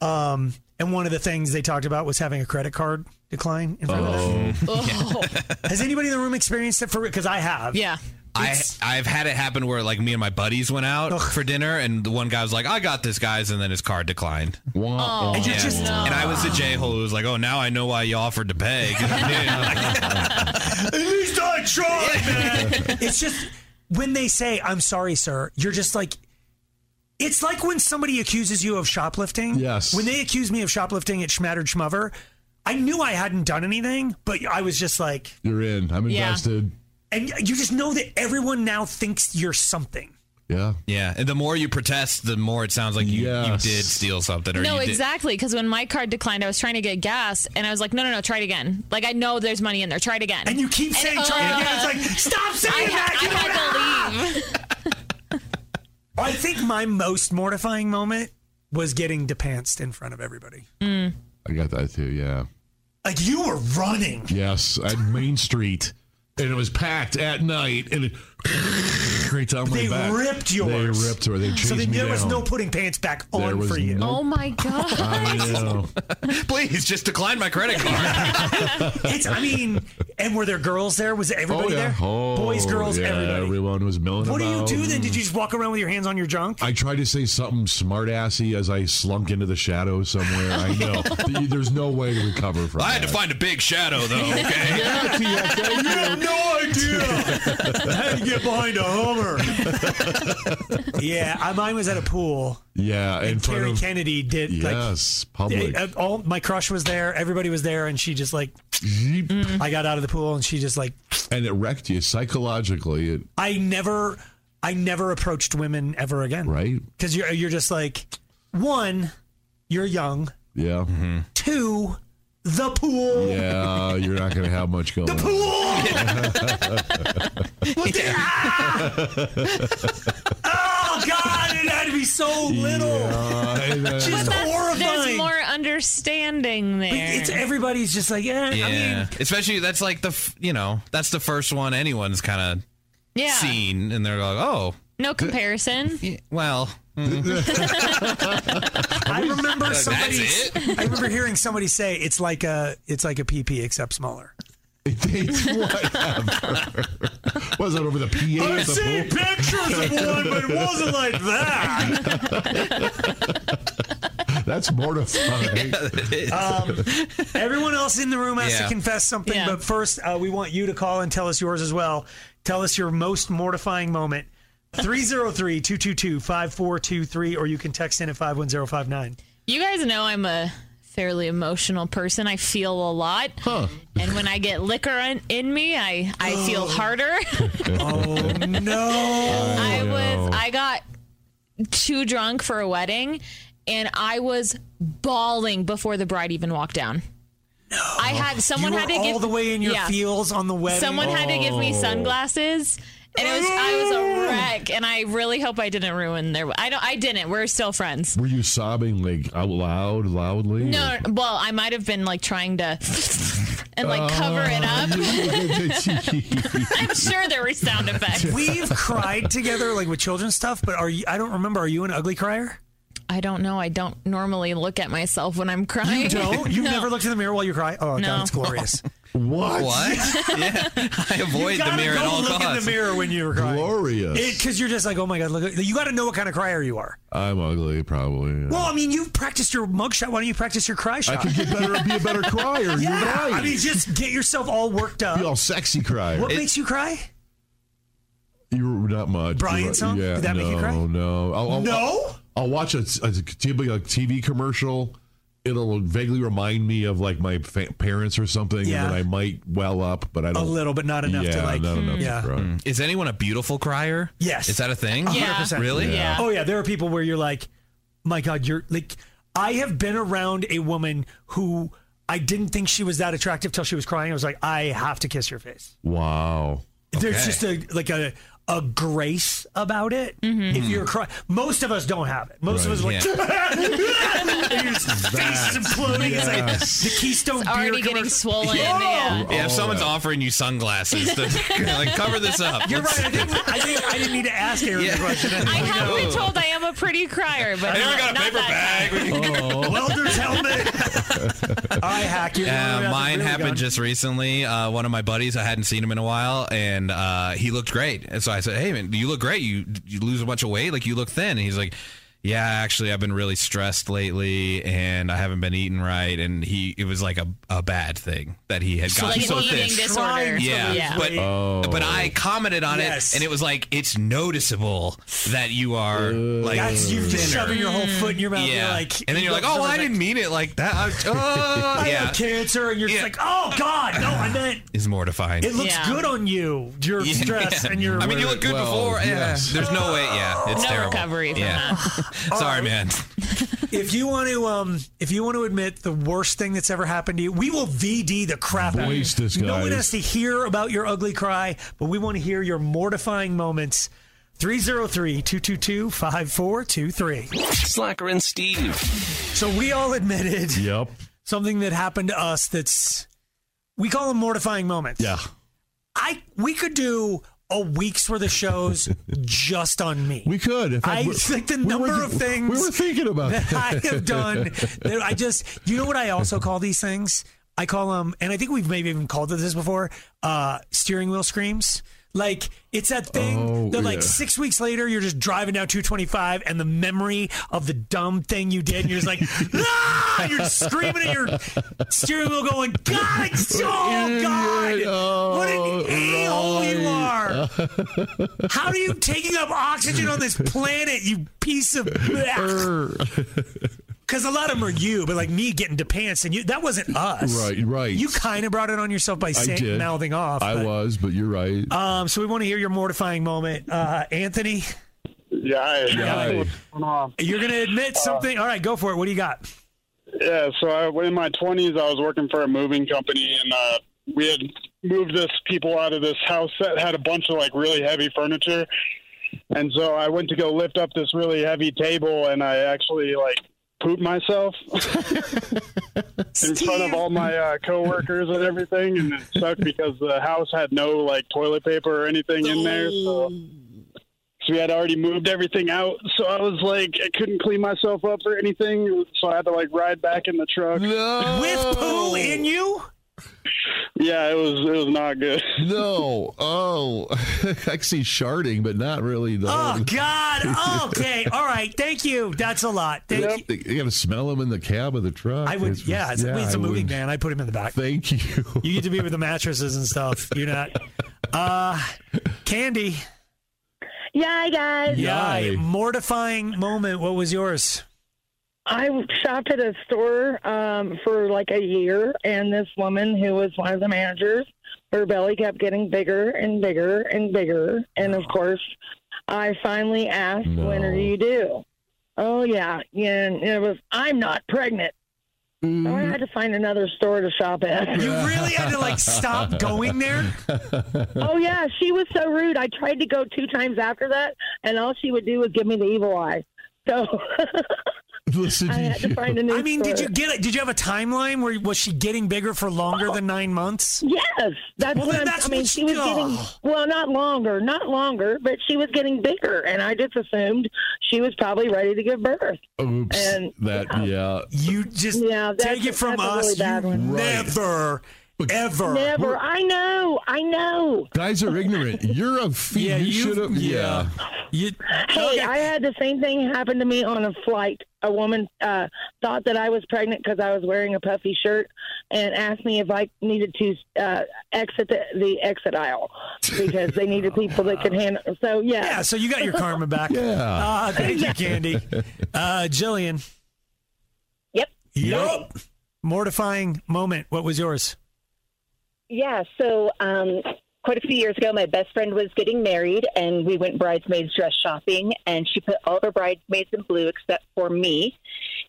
Um, and one of the things they talked about was having a credit card decline in front of them. (laughs) Has anybody in the room experienced it for Because I have. Yeah. I I've had it happen where like me and my buddies went out for dinner and the one guy was like, "I got this, guys," and then his card declined. Oh. Wah, and, wah, wah. and I was the j hole who was like, "Oh, now I know why you offered to (laughs) pay." (laughs) 'Cause I knew. At least I tried, man. (laughs) it's just when they say, I'm sorry, sir, you're just like, it's like when somebody accuses you of shoplifting. Yes. When they accused me of shoplifting at Schmattered Schmover, I knew I hadn't done anything, but I was just like, You're in. I'm Yeah. invested. and you just know that everyone now thinks you're something. Yeah. yeah, and the more you protest, the more it sounds like you, Yes. you did steal something. Or No, you did- (laughs) exactly. Because when my card declined, I was trying to get gas, and I was like, "No, no, no, try it again." Like I know there's money in there. Try it again. oh. And you keep saying try it again. It's like, stop saying I Had, that. I had to leave. (laughs) I think my most mortifying moment was getting depantsed in front of everybody. Mm. I got that too. Yeah. Like you were running. Yes. At Main Street. And it was packed at night. And it, (laughs) great time They back. ripped They yours. ripped her. They chased So then me there was down. no putting pants back There on was for you. no- Oh my (laughs) god. I know. (laughs) please just decline my credit card. (laughs) It's, I mean, and were there girls there? Was everybody oh, yeah. there? Oh, Boys, girls, yeah, everybody. Everyone was milling What do you about. do then? Did you just walk around with your hands on your (laughs) junk? I tried to say something smart assy as I slunk into the shadows somewhere. I know. (laughs) Th- There's no way to recover (laughs) from I had to that. find a big shadow though. (laughs) Okay, (laughs) you have no idea how to get behind a Hummer. (laughs) yeah, I, mine was at a pool. Yeah, in And front Terry of Kennedy did yes, like public. uh, all my crush was there, everybody was there, and she just like Yeep. I got out of the pool and she just like and it wrecked you psychologically. It, I never I never approached women ever again. Right. Because you're you're just like one, you're young. (laughs) Yeah. Two, the pool. Yeah, you're not going to have much going on. (laughs) What the- oh God! It had to be so little. She's There's horrifying. more understanding there. it's everybody's just like, eh, Yeah, I mean, especially that's like the f- you know that's the first one anyone's kind of Yeah. seen, and they're like, oh, No comparison. well. I remember That's somebody. it? I remember hearing somebody say it's like a it's like a PP except smaller. Was it over the PA? I've at the seen pool? pictures of one, but it wasn't like that. (laughs) (laughs) That's mortifying. Um, (laughs) everyone else in the room has Yeah. to confess something, but first, uh, we want you to call and tell us yours as well. Tell us your most mortifying moment. 303 222 5423, or you can text in at 51059. (laughs) You guys know I'm a fairly emotional person. I feel a lot. And when I get liquor in, in me, I, I feel harder. oh no! Oh, (laughs) I was I got too drunk for a wedding and I was bawling before the bride even walked down. No. I had someone you had were to all give the way in your yeah. feels on the wedding. Someone had to give me Oh. sunglasses. And it was I was a wreck and I really hope I didn't ruin their I don't I didn't. We're still friends. Were you sobbing like out loud, loudly? No, no, well, I might have been like trying to (laughs) and like cover Oh. it (laughs) Oh. (laughs) up. I'm sure there were sound effects. We've cried together, like with children's stuff, but are you? I don't remember. Are you an ugly crier? I don't know. I don't normally look at myself when I'm crying. (laughs) You don't. You No. never looked in the mirror while you cry. Oh No. God, it's glorious. What? (laughs) What? yeah, I avoid the gotta mirror at go all look in costs. the mirror when you were crying. Glorious. Because you're just like, oh my God, look. You got to know what kind of crier you are. I'm ugly, probably. yeah. Well, I mean, you've practiced your mugshot. Why don't you practice your cry shot? could get better and be a better crier. You're (laughs) Yeah. right. I mean, just get yourself all worked up. Be all sexy crier. What makes you cry? You were not much. Brian You're- song? Yeah, Did that no, make you cry? No, I'll, I'll, No? I'll watch a, a, typically a TV commercial. It'll vaguely remind me of like my fa- parents or something, Yeah. and then I might well up, but I don't. little, but not enough to, yeah, like- Not enough Yeah. To cry. Hmm. Is anyone a beautiful crier? Yes. Is that a thing? 100%. Really? Oh yeah, there are people where you're like, my God, you're like, I have been around a woman who I didn't think she was that attractive till she was crying. I was like, I have to kiss your face. Wow. There's just a like a a grace about it. If you're crying, most of us don't have it. Most of us are like. Right. (laughs) and your face is imploding. It's like Yes. the Keystone It's already beer getting commercial. swollen, Yeah. yeah. Oh. Yeah, if someone's offering you sunglasses, to, (laughs) like cover this up. Oh. You're Let's- right. I (laughs) didn't, I, didn't, I didn't need to ask Aaron Yeah. the (laughs) question. I have been No. told I am a pretty crier, but I never I'm got a not paper that bag. kind. Oh. (laughs) Welder's helmet. I hack you. Yeah, Uh, mine really happened gone. just recently. Uh, one of my buddies, I hadn't seen him in a while, and uh, he looked great. And so I said, "Hey, man, you look great. You you lose a bunch of weight. Like you look thin." And he's like, "Yeah, actually, I've been really stressed lately, and I haven't been eating right." And he, it was like a, a bad thing that he had So gotten like so an thin. eating disorder. Yeah, but but I commented on Yes. it, and it was like it's noticeable that you are like That's you just thinner. mm. shoving your whole foot in your mouth. Yeah, You're like, and then you you're like, look "Oh, well, I like- didn't mean it like that." I, (laughs) I uh, have yeah, cancer, and you're just like, oh God, no, I meant is mortifying. it looks good on you. Your (laughs) Yeah. stress and your. I mean, you look good before. Yeah. (laughs) There's no way. Yeah, it's No terrible. recovery from yeah. (laughs) Sorry, man. if you want to, um, if you want to admit the worst thing that's ever happened to you, we will VD the crap out of you. Voice this No guy. one has to hear about your ugly cry, but we want to hear your mortifying moments. 303-222-5423. Slacker and Steve. So we all admitted Yep. something that happened to us that's we call them mortifying moments. Yeah. I we could do a week's worth (laughs) of shows just on me. We could. In fact, I we're- like the we number were- of things we were thinking about that, that. I have done. That I just, you know what I also call these things? I call them, and I think we've maybe even called it this before. Uh, steering wheel screams. Like it's that thing Oh, that like yeah. six weeks later you're just driving down 225 and the memory of the dumb thing you did and you're just (laughs) like ah! you're screaming at your steering wheel going God (laughs) oh God what Oh, an a hole you (laughs) are how (laughs) are you taking up oxygen on this planet, you piece of. Because a lot of them are you, but like me getting to pants and you, that wasn't us. Right, right. You kind of brought it on yourself by I saying, did. mouthing off. I but- was, but you're right. Um, so we want to hear your mortifying moment. Uh, Anthony, Yeah, I, Yeah. I- you're going to admit something. All right, go for it. What do you got? Yeah, so I, in my 20s, I was working for a moving company, and uh, we had moved this people out of this house that had a bunch of like really heavy furniture. And so I went to go lift up this really heavy table, and I actually like pooped myself (laughs) in front of all my uh, coworkers and everything, and it sucked because the house had no like toilet paper or anything in there. So. So we had already moved everything out. So I was like, I couldn't clean myself up or anything. So I had to like ride back in the truck. With poo in you? Yeah, it was it was not good. (laughs) No. Oh, (laughs) I see sharding, but not really. The Oh, whole- God. (laughs) Okay. All right. Thank you. That's a lot. Thank you. You got to smell them in the cab of the truck. I would, It's- yeah, it's, it's a I moving would. van. I put him in the back. Thank (laughs) you. You get to be with the mattresses and stuff. You're not. Uh, Candy. Yay, guys. Yay. Mortifying moment. What was yours? I shopped at a store um, for like a year, and this woman who was one of the managers, her belly kept getting bigger and bigger and bigger. And of course, I finally asked, "When are you due?" Oh yeah, and it was, "I'm not pregnant." So I had to find another store to shop at. You really had to like stop going there? oh yeah, she was so rude. I tried to go two times after that, and all she would do was give me the evil eye. So Listen I had to find a new. (laughs) I mean, did store. you get it? Did you have a timeline where was she getting bigger for longer than nine months? Oh. Yes, that's Well, what then I'm- that's I mean. what She you- was getting Oh. well, not longer, not longer, but she was getting bigger, and I just assumed she was probably ready to give birth. Oops. And- that, yeah. You just Yeah, that's take a- it from that's a really us. bad you one. Right. never, ever. Never, I know, I know. Guys are ignorant. You're a fiend. Yeah, you you- should have. Yeah. Hey, I had the same thing happen to me on a flight. A woman uh, thought that I was pregnant because I was wearing a puffy shirt and asked me if I needed to uh, exit the, the exit aisle because they needed people that could handle. So yeah, Yeah, so you got your (laughs) karma (laughs) back. Uh, thank you, Candy. Uh, Jillian. Yep. Yup. Mortifying moment. What was yours? Yeah, so um, quite a few years ago, my best friend was getting married, and we went bridesmaids dress shopping, and she put all of her bridesmaids in blue except for me,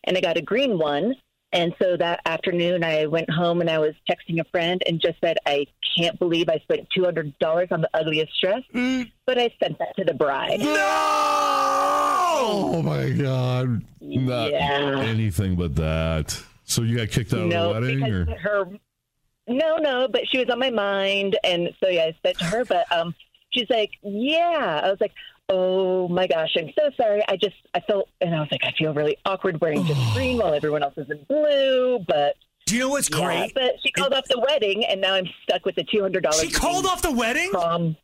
and I got a green one. And so that afternoon, I went home and I was texting a friend and just said, I can't believe I spent $200 on the ugliest dress, but I sent that to the bride. Oh, my God. Not Yeah. anything but that. So you got kicked out no, of the wedding? because Or? her. No, no, but she was on my mind, and so yeah, I said to her. But um, she's like, "Yeah." I was like, "Oh my gosh, I'm so sorry. I just I felt, and I was like, I feel really awkward (sighs) wearing just green while everyone else is in blue." But do you know what's great? But she called off the wedding, and now I'm stuck with the two hundred dollars. She called off the wedding. Um,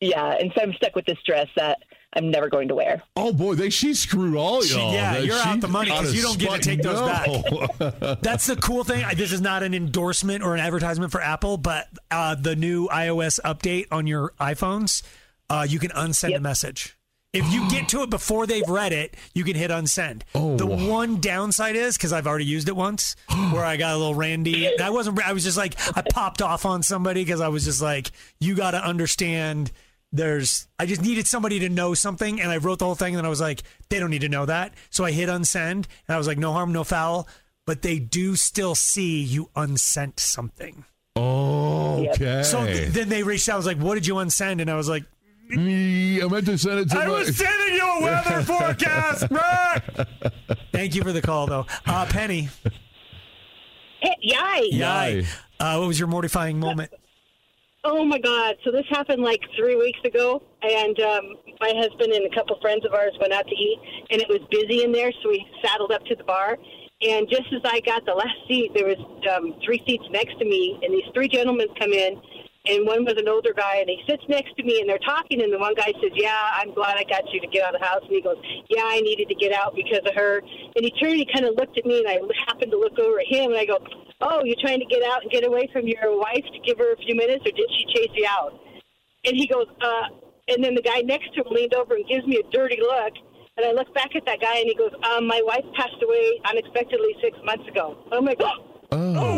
yeah, and so I'm stuck with this dress that I'm never going to wear. Oh boy, they she screwed all She- Oh, y'all. yeah, That you're she- out the money out because of you don't get spite. to take those (laughs) No. back. That's the cool thing. I- This is not an endorsement or an advertisement for Apple, but uh, the new iOS update on your iPhones, uh, you can unsend a message. If you get to it before they've read it, you can hit unsend. the one downside is because I've already used it once, where I got a little randy. And I wasn't. I was just like I popped off on somebody because I was just like, you got to understand there's I just needed somebody to know something and I wrote the whole thing and then I was like, they don't need to know that. So I hit unsend and I was like, no harm, no foul. But they do still see you unsent something. Oh, okay. So th- then they reached out. I was like, what did you unsend? And I was like, Me, I meant to send it to I my- was sending you (laughs) a weather forecast, bro. Thank you for the call though. Uh Penny. Yay. Yay. Uh, what was your mortifying moment? Oh my God! So this happened like three weeks ago, and um, my husband and a couple friends of ours went out to eat, and it was busy in there, so we saddled up to the bar. And just as I got the last seat, there was um, three seats next to me, and these three gentlemen come in, and one was an older guy, and he sits next to me, and they're talking, and the one guy says, "Yeah, I'm glad I got you to get out of the house," and he goes, "Yeah, I needed to get out because of her." And he turned, he kind of looked at me, and I happened to look over at him, and I go, "Oh, you're trying to get out and get away from your wife to give her a few minutes, or did she chase you out?" And he goes, uh, and then the guy next to him leaned over and gives me a dirty look. And I look back at that guy and he goes, um, my wife passed away unexpectedly six months ago. And I'm like, (gasps) Oh,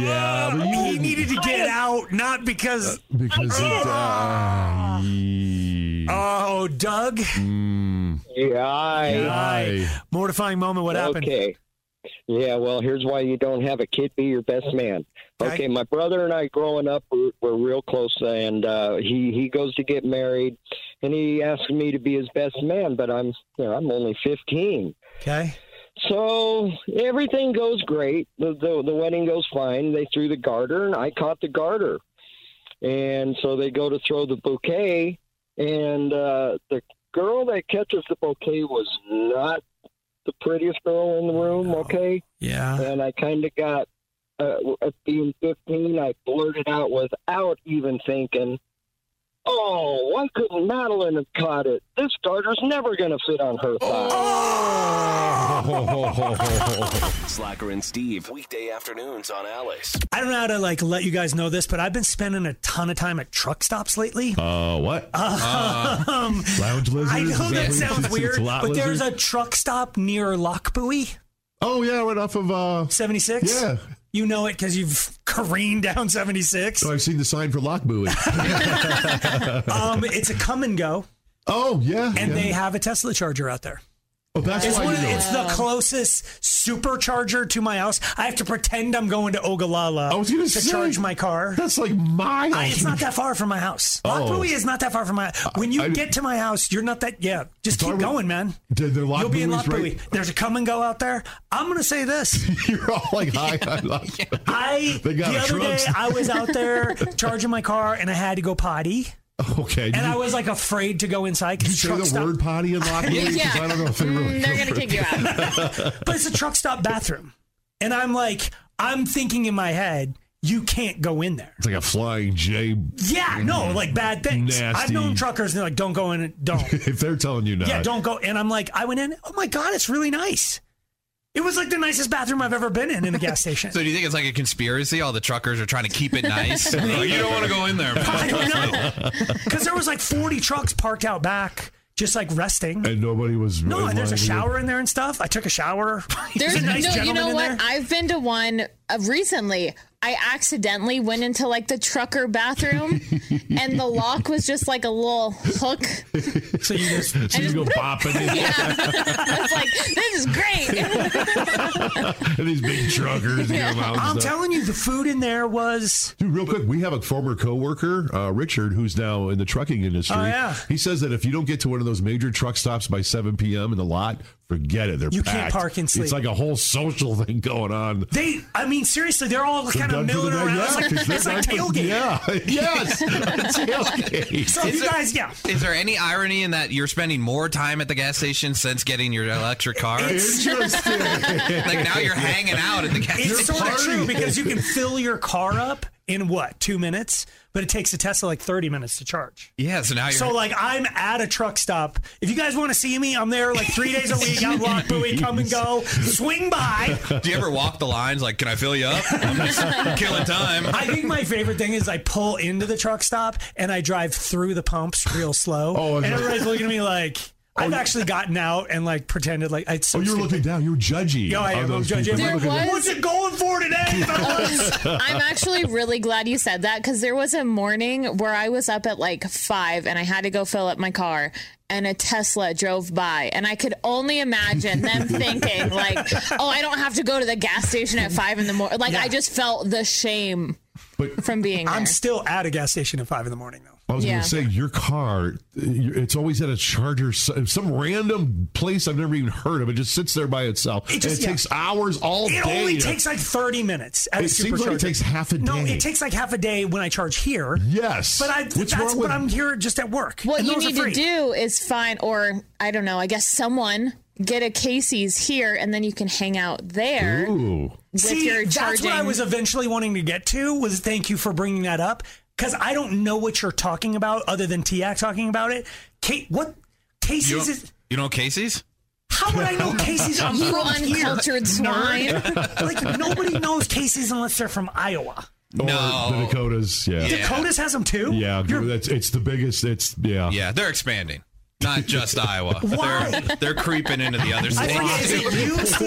Yeah, but he needed to get out, not because. because uh, it, uh, ye- Oh, Doug. Mm. Yeah. I- Aye. Mortifying moment. What happened? Okay. Yeah, well, here's why you don't have a kid be your best man. Okay, my brother and I growing up were, were real close, and uh, he he goes to get married, and he asked me to be his best man, but I'm you know I'm only 15. Okay. So everything goes great. The, the the wedding goes fine. They threw the garter, and I caught the garter. And so they go to throw the bouquet, and uh, the girl that catches the bouquet was not the prettiest girl in the room. Okay. Yeah. And I kind of got uh, at being fifteen, I blurted out without even thinking. Oh, why couldn't Madeline have caught it? This garter's never going to fit on her thigh. Slacker and Steve, weekday afternoons on Alice. I don't know how to like let you guys know this, but I've been spending a ton of time at truck stops lately. Uh, (laughs) what? Uh, Um, Lounge lizards? I Is know what that you (laughs) sounds said? weird, Lot but there's a lizards? truck stop near Lockbuoy. Oh yeah, right off of uh, 76. Yeah. you know it because you've careened down 76. Oh, I've seen the sign for lock buoy. (laughs) um, it's a come and go. Oh yeah, and yeah. they have a Tesla charger out there. Oh, that's it's why one of you the, know it's it. the closest supercharger to my house. I have to pretend I'm going to Ogallala I was to gonna say, charge my car. That's like miles. I, it's not that far from my house. Oh. Lock Buoy is not that far from my. When you Uh, I- get to my house, you're not that. Yeah, just keep going, man. Did their lock You'll be in buoys Lock right- Buoy. There's a come and go out there. I'm gonna say (laughs) this. You're all like high. on lock buoy. I They got the a other trucks. day I was (laughs) out there charging my car and I had to go potty. Okay. And I was like afraid to go inside. Did you say the word potty in (laughs) lock buoy? 'Cause I don't know if they really. out. but it's a truck stop bathroom. And I'm like, I'm thinking in my head, you can't go in there. It's like a flying J. Yeah, no, like bad things. I've Nasty. known truckers and they're like, don't go in, and (laughs) don't. if they're telling you not, Yeah, don't go. And I'm like, I went in. Oh my God, it's really nice. It was like the nicest bathroom I've ever been in in a gas (laughs) station. So do you think it's like a conspiracy? All the truckers are trying to keep it (laughs) nice. They're like, you don't want to go in there. I don't know. Because there was like 40 trucks parked out back, just like resting. And nobody was. No, and there's a lying to you. shower in there and stuff. I took (laughs) a shower. There's a nice no, you gentleman know in what? there. I've been to one uh, recently. I accidentally went into like the trucker (laughs) bathroom, and the lock was just like a little hook. So you just, (laughs) so you go (laughs) bopping. in (laughs) I was like, "This is great." These big truckers. you know, mountain (laughs) I'm stuff. telling you, the food in there was. Dude, real quick, we have a former coworker, uh, Richard, who's now in the trucking industry. Oh, yeah. He says that if you don't get to one of those major truck stops by 7 p.m. in the lot, forget it. They're You can't packed. park and sleep. It's like a whole social thing going on. They, I mean, seriously, they're all kind They're of done for the milling night. around. Yeah, it's 'cause like, they're it's like done for- tailgating. Yeah, (laughs) yes, tailgate. So you guys, yeah. (laughs) Is there any irony in that you're spending more time at the gas station since getting your electric car? It's- (laughs) Interesting. like now you're hanging out at the gas It's station. sort of true because you can fill your car up in what two minutes, but it takes a Tesla like thirty minutes to charge. (laughs) Yeah, so now you're. So like I'm at a truck stop. If you guys want to see me, I'm there like three days a week. I'm lock buoy, come and go, swing by. (laughs) do you ever walk the lines? Like, can I fill you up? (laughs) I'm just killing time. I think my favorite thing is I pull into the truck stop and I drive through the pumps real slow. Oh, and okay. everybody's looking at me like I've actually gotten out and like pretended like it's so Oh, you're stupid. looking down. You're judgy. Yo, I of am. I'm those judgy. people. There Look at was- them. What's it going (laughs) for today, fellas? I'm actually really glad you said that because there was a morning where I was up at like five and I had to go fill up my car and a Tesla drove by and I could only imagine (laughs) them thinking like, oh, I don't have to go to the gas station at five in the morning. Like I just felt the shame from being there. I'm still at a gas station at five in the morning though. I was Yeah. going to say your car. you- It's always at a charger, s- some random place I've never even heard of. It just sits there by itself. It just- and it yeah. takes hours all day. It only to- takes like 30 minutes. At It a seems like it supercharger. takes half a No, day. it takes like half a day when I charge here. Yes. But I, What's that's, wrong with- but I'm here just at work. What and you those are need to free. do is find, or I don't know, I guess someone get a Casey's here and then you can hang out there. Ooh. with See, your that's what I charging. was eventually wanting to get to. Was thank you for bringing that up because I don't know what you're talking about other than Tiak talking about it. Kate, what You Casey's don't, is? you know Casey's? How would I (laughs) know Casey's? (laughs) I'm You from here, uncultured nerd. swine. like nobody knows Casey's unless they're from Iowa. Or the Dakotas. Yeah. Dakotas has them too. Yeah, that's it's the biggest. It's yeah. Yeah, they're expanding. Not (laughs) just Iowa. Why? They're, they're creeping into the other I states. forget, (laughs)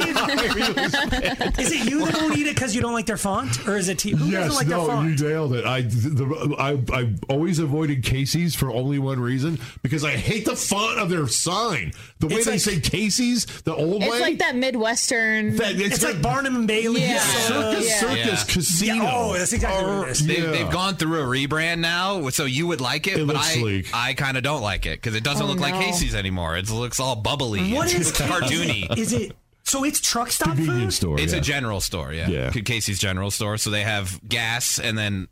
(laughs) is it you, Steve? is it you that won't eat it because you don't like their font, or is it T? Who doesn't Yes, like their no, font? you nailed it. I, the, I, I always avoided Casey's for only one reason because I hate the font of their sign. The way It's they like- say Casey's, the old It's way. like that Midwestern. That- it's It's like like- Barnum and Bailey. Yeah. circus, Yeah. circus, Yeah. casino. Oh, that's (laughs) exactly what it is. They, Yeah. They've gone through a rebrand now, so you would like it, It but looks I, sleek. I kind of don't like it because it doesn't Oh, look like no. Casey's anymore. It looks all bubbly. What it is looks cartoony? Is it so? It's truck stop food. It's a general store, yeah. Casey's general store. So they have gas and then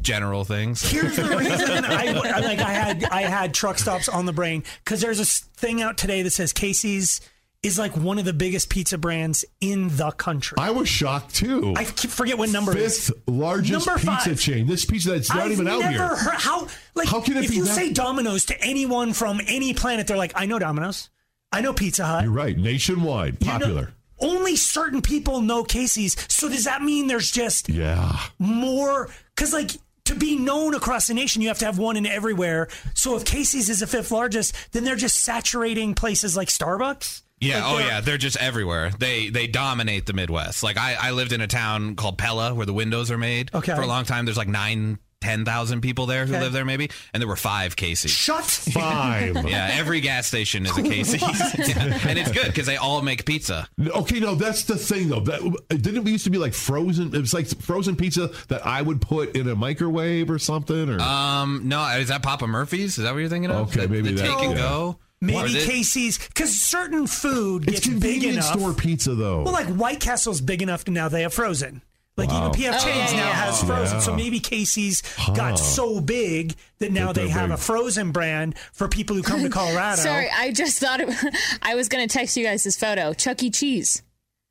general things. Here's the (laughs) reason (laughs) I, I- like I had I had truck stops on the brain because there's this thing out today that says Casey's is like one of the biggest pizza brands in the country. I was shocked too. I keep- forget what number it is. Fifth largest Number pizza five. chain. This pizza that's not I've even out never here. Heard, how like How can it if be you that- say Domino's to anyone from any planet, they're like, I know Domino's, I know Pizza Hut. You're right, nationwide, popular. Only certain people know Casey's. So does that mean there's just yeah more? Because like to be known across the nation, you have to have one in everywhere. So if Casey's is the fifth largest, then they're just saturating places like Starbucks. Yeah, oh yeah, they're just everywhere. They they dominate the Midwest. Like I, I lived in a town called Pella where the windows are made. Okay. For a long time, there's like nine, ten thousand people there who Okay. live there maybe, and there were five Casey's. Shut (laughs) five. yeah, every gas station is a (laughs) Casey's, (laughs) What? Yeah, and it's good because they all make pizza. Okay, no, that's the thing though. That didn't we used to be like frozen. It was like frozen pizza that I would put in a microwave or something. Uh, Or Um, no, is that Papa Murphy's? Is that what you're thinking of? Okay, The- maybe the that- take and yeah. go. Or Maybe the- Casey's, because certain food it's gets big convenience enough. store pizza though. Well, like White Castle's big enough to now they have frozen. Like Wow. even PF Oh, Chang's yeah, now yeah. has frozen. So Yeah. maybe Casey's Huh. got so big that now That they they're have big. a frozen brand for people (laughs) who come to Colorado. Sorry, I just thought it, (laughs) I was going to text you guys this photo. Chuck E. Cheese.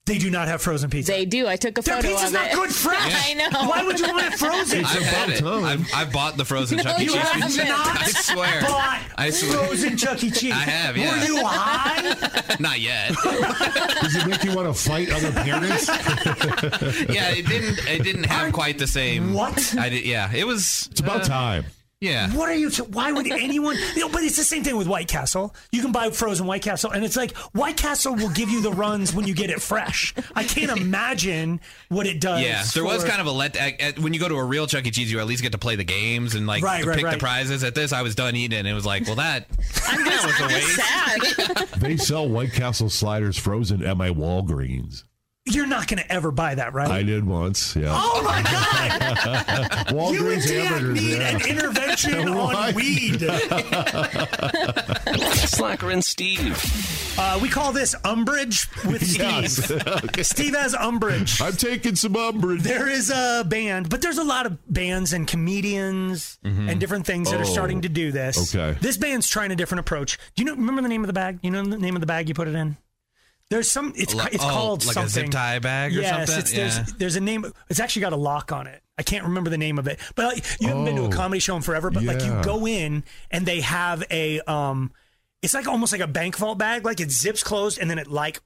They do not have frozen pizza. They do. I took a Their photo pizza's of not it. (laughs) good fresh. I know. Why would you want it frozen? I've had it. I've, I've bought the (laughs) frozen No, Chuck E. you Cheese. haven't. pizza. (laughs) I swear. Bought I swear. frozen Chuck E. Cheese. I have, yeah. Were you high? (laughs) Not yet. Does it make you want to fight other parents? yeah, it didn't. It didn't have quite the same. What? I did. Yeah, it was. It's about time. Yeah. What are you? T- why would anyone? (laughs) You know, but it's the same thing with White Castle. You can buy frozen White Castle, and it's like White Castle will give you the runs when you get it fresh. I can't imagine what it does. Yeah, there was for- kind of a let. At, at, when you go to a real Chuck E. Cheese, you at least get to play the games and like Right, right, pick right. the prizes. At this, I was done eating. and It was like, well, (laughs) that that was a waste. (laughs) they sell White Castle sliders frozen at my Walgreens. You're not going to ever buy that, right? I did once. Yeah. Oh my God! (laughs) Walgreens you and Dad hamburgers, need yeah. an (laughs) intervention Why? on weed. Slacker and Steve. Uh, we call this umbrage with Yes. (laughs) Steve. Steve has umbrage. I'm taking some umbrage. There is a band, but there's a lot of bands and comedians Mhm. and different things that Oh. are starting to do this. Okay. This band's trying a different approach. Do you know? Remember the name of the bag? You know the name of the bag you put it in. There's some. It's Like- it's oh, called like a something. zip tie bag or yes, something? It's, Yeah. there's, there's a name. It's actually got a lock on it. I can't remember the name of it. But like, you haven't been to Oh. a comedy show in forever. But like you Yeah. go in and they have a um, it's like almost like a bank vault bag. Like it zips closed and then it like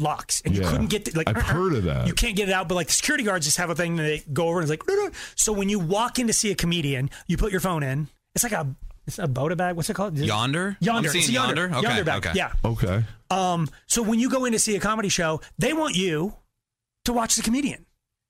locks and you Yeah. couldn't get the, like uh-uh. I've heard of that. you can't get it out, but like the security guards just have a thing that they go over and it's like. "Doo-doo." So when you walk in to see a comedian, you put your phone in. It's like a it's a Boda bag. What's it called? Yonder? I'm Yonder. It's a seeing yonder. Yonder? Okay, bag. okay. Yeah. Okay. Um. So when you go in to see a comedy show, they want you to watch the comedian.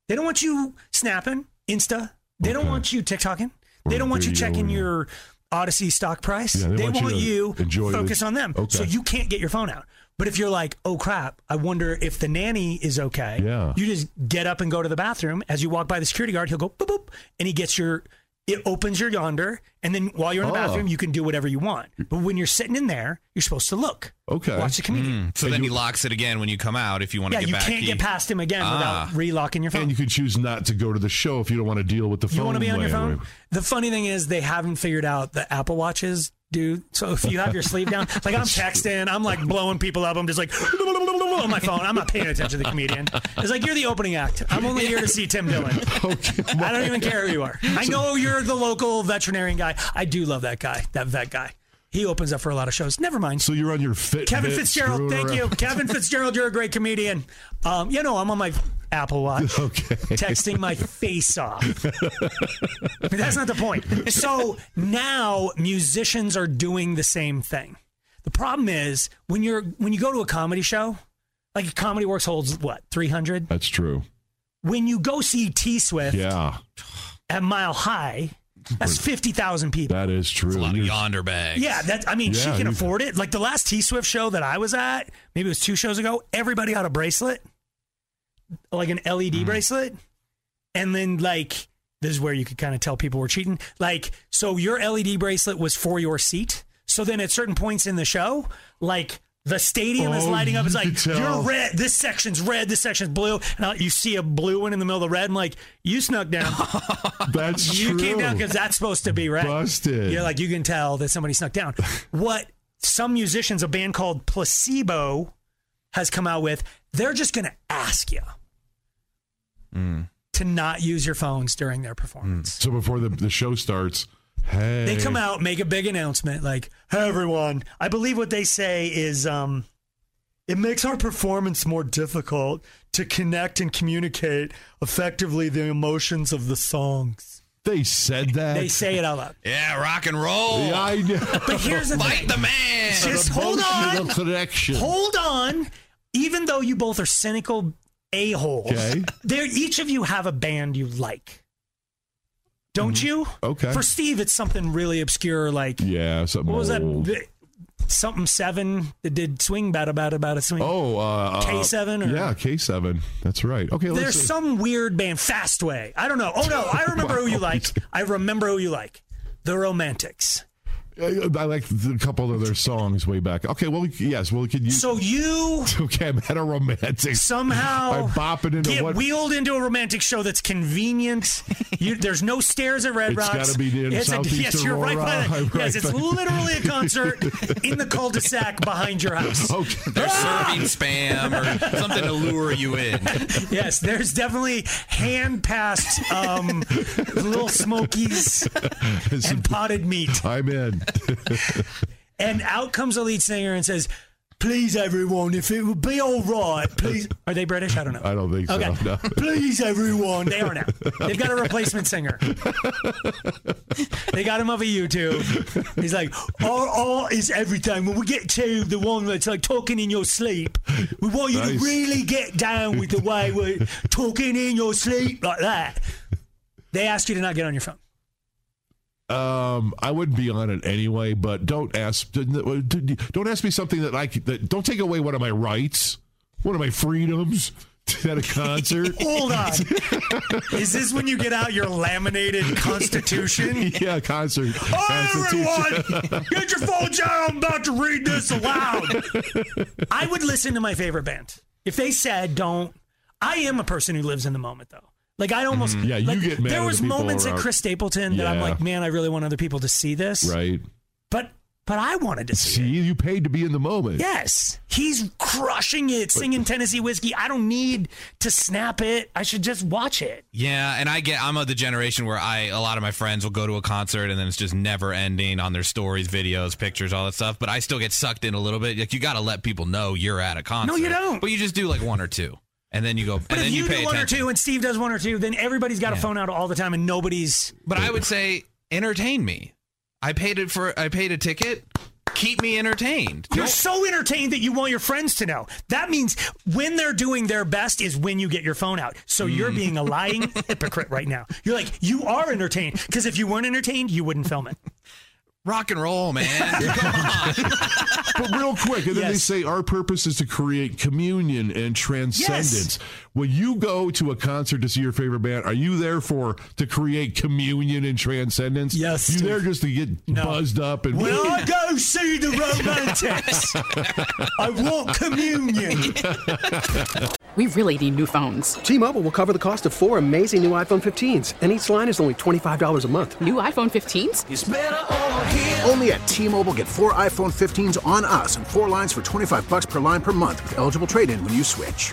They don't want you snapping Insta. They don't want you TikToking. They don't want you video checking and- your Odyssey stock price. Yeah, they, they want you want to you, enjoy the- focus on them. So Okay. you can't get your phone out. But if you're like, oh crap, I wonder if the nanny is okay. Yeah. You just get up and go to the bathroom. As you walk by the security guard, he'll go boop boop, and he gets your. It opens your yonder, and then while you're in the Oh. bathroom, you can do whatever you want. Hmm. But when you're sitting in there, you're supposed to look. Okay. Watch the comedian. Hmm. So then he locks it again when you come out if you want Yeah, to get you back. can't he- get past him again Ah. without relocking your phone. And you can choose not to go to the show if you don't want to deal with the phone. You want to be on your later. phone? The funny thing is, they haven't figured out the Apple Watches, dude. So if you have your (laughs) sleeve down, like I'm texting, I'm like blowing people up. I'm just like (laughs) on my phone. I'm not paying attention to the comedian. It's like you're the opening act. I'm only here to see Tim Dillon. I don't even care who you are. I (laughs) know you're the local veterinarian guy. I do love that guy, that vet guy. He opens up for a lot of shows. Never mind. So you're on your fit. Kevin Fitzgerald, thank you. Kevin Fitzgerald, you're a great comedian. Um, you know, I'm on my Apple Watch. (laughs) Okay. Texting my face off. But that's not the point. So now musicians are doing the same thing. The problem is when you're when you go to a comedy show, like Comedy Works holds what three hundred. That's true. When you go see T Swift Yeah, at Mile High, that's fifty thousand people. that is a true. lot of You're- yonder bags. Yeah, that I mean, Yeah, she can you- afford it. Like the last T Swift show that I was at, maybe it was two shows ago. Everybody had a bracelet, like an LED Mm. bracelet, and then like this is where you could kind of tell people were cheating. Like, so your LED bracelet was for your seat. So then at certain points in the show, like. The stadium is Oh, lighting up. It's you like could tell. you're red. This section's red. This section's blue. And I- you see a blue one in the middle of the red. I'm like, you snuck down. (laughs) That's you true. came down because that's supposed to be red. Oh. Busted. You're like, you can tell that somebody (laughs) snuck down. what some musicians, a band called Placebo, has come out with, they're just going to ask you Mm. to not use your phones during their performance. So before the, the show starts, hey, They come out, make a big announcement, like, hey, everyone, I believe what they say is, um, it makes our performance more difficult to connect and communicate effectively the emotions of the songs. They said that. They say it (laughs) out loud. Yeah, rock and roll. Yeah, I know. But here's the Fight thing. the man. Just hold on. Emotional connection. Hold on. Even though you both are cynical a holes, Okay. there each of you have a band you like. Don't you? Mm-hmm. Okay. For Steve, it's something really obscure like Yeah, something. what was that? old. The- Something seven that did swing battle battle about a swing. Oh, uh, uh, K7 or- yeah, K seven. That's right. Okay, let's. There's some weird band, Fastway. I don't know. Oh no, (laughs) I remember who you like. I remember who you like. The Romantics. I like a couple of their songs way back. Okay, well, yes, well, could you? So you (laughs) okay? I'm at a romantic. somehow I'm bopping into get what? wheeled into a romantic show that's convenient. (laughs) You, there's no stairs at Red It's Rocks. gotta be near the It's Southeast Yes, you're right by Aurora. that. I'm (laughs) Yes, right it's by- literally a concert (laughs) in the cul-de-sac behind your house. Ah! Okay. They're serving spam or something to lure you in. (laughs) Yes, there's definitely hand passed um, little smokies (laughs) and potted meat. I'm in. (laughs) And out comes the lead singer and says, Please, everyone, if it would be all right, please. Are they British? I don't know. I don't think Okay. so. uh, (laughs) No. (laughs) Please, everyone. They are now. They've got a (laughs) replacement singer. they got him off of YouTube. He's like, "Oh, our art is everything. When we get to the one that's like talking in your sleep, we want you Nice. to really get down with the way we're talking in your sleep like that. They ask you to not get on your phone. Um, I wouldn't be on it anyway, but don't ask. Don't ask me something that I c- that don't take away one of my rights, one of my freedoms (laughs) at a concert. (laughs) Hold on. Is this when you get out your (laughs) laminated constitution? yeah, concert. everyone, (laughs) get your phones out. I'm about to read this aloud. I would listen to my favorite band. If they said don't, I am a person who lives in the moment though. Like I almost Mhm. Yeah, you like, get mad There at was the people moments at around. Chris Stapleton that I'm Yeah. like, man, I really want other people to see this. Right. But but I wanted to see. See, you paid to be in the moment. Yes, he's crushing it, singing Tennessee whiskey. I don't need to snap it. I should just watch it. Yeah, and I get I'm of the generation where I a lot of my friends will go to a concert and then it's just never ending on their stories, videos, pictures, all that stuff. But I still get sucked in a little bit. Like you got to let people know you're at a concert. you don't. But you just do like one or two, and then you go. But and if then you, pay do one attention. or two and Steve does one or two, then everybody's got a phone out all the time and nobody's. But I would say entertain me. I paid it for. I paid a ticket. Keep me entertained. You're so entertained that you want your friends to know. That means when they're doing their best is when you get your phone out. So Mm. you're being a lying (laughs) hypocrite right now. You're like, you are entertained because if you weren't entertained, you wouldn't film it. Rock and roll, man. (laughs) (laughs) but real quick, and then they Yes. say our purpose is to create communion and transcendence. When you go to a concert to see your favorite band, are you there for to create communion and transcendence? Yes. You there just to get buzzed up and (laughs) When I go see the romantics, I want (laughs) communion. We really need new phones. T-Mobile will cover the cost of four amazing new iPhone 15s, and each line is only $25 a month. New iPhone 15s? Only at T-Mobile get four iPhone 15s on us and four lines for 25 bucks per line per month with eligible trade-in when you switch.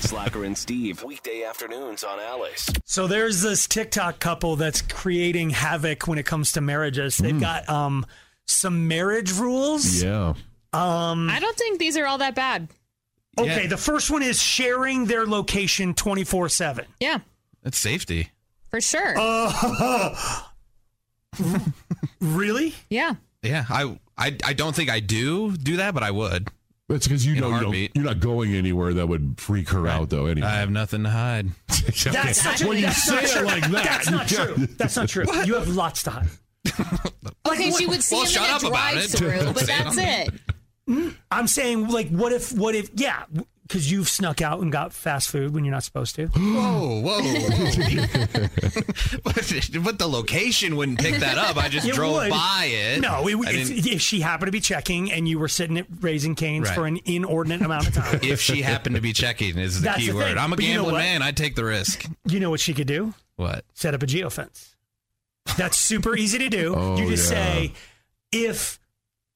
Slacker and Steve, weekday afternoons on Alice. So there's this TikTok couple that's creating havoc when it comes to marriages. They've got um some marriage rules. Yeah. Um I don't think these are all that bad. Okay, the first one is sharing their location 24/7. Yeah, That's safety. for sure. Uh, (laughs) (laughs) really? Yeah. Yeah, I, I, I don't think I do do that, but I would. It's because you In a know you don't, heartbeat. you're not going anywhere that would freak her out, though. Anyway, I have nothing to (laughs) hide. That's not true. when you That's say not it true. like that, That's not you true. (laughs) That's not true. You have lots (laughs) to hide. Okay, she would see Well, him shut in a up about it. (laughs) drive-through, but Don't say that's it. it. Mm. I'm saying, like, what if, what if, yeah, because you've snuck out and got fast food when you're not supposed (gasps) to. Whoa, (laughs) but, (laughs) but the location wouldn't pick that up. I (laughs) just It drove would. by it. No, it, I didn't- if, if she happened to be checking and you were sitting at Raising Cane's Right. for an inordinate amount (laughs) of time, if she happened to be checking is the That's key the word. thing. I'm a But you know gambling what? man. I take the risk. you know what she could do? What? Set up a geofence. That's super easy to do. (laughs) Oh, you just yeah. say, if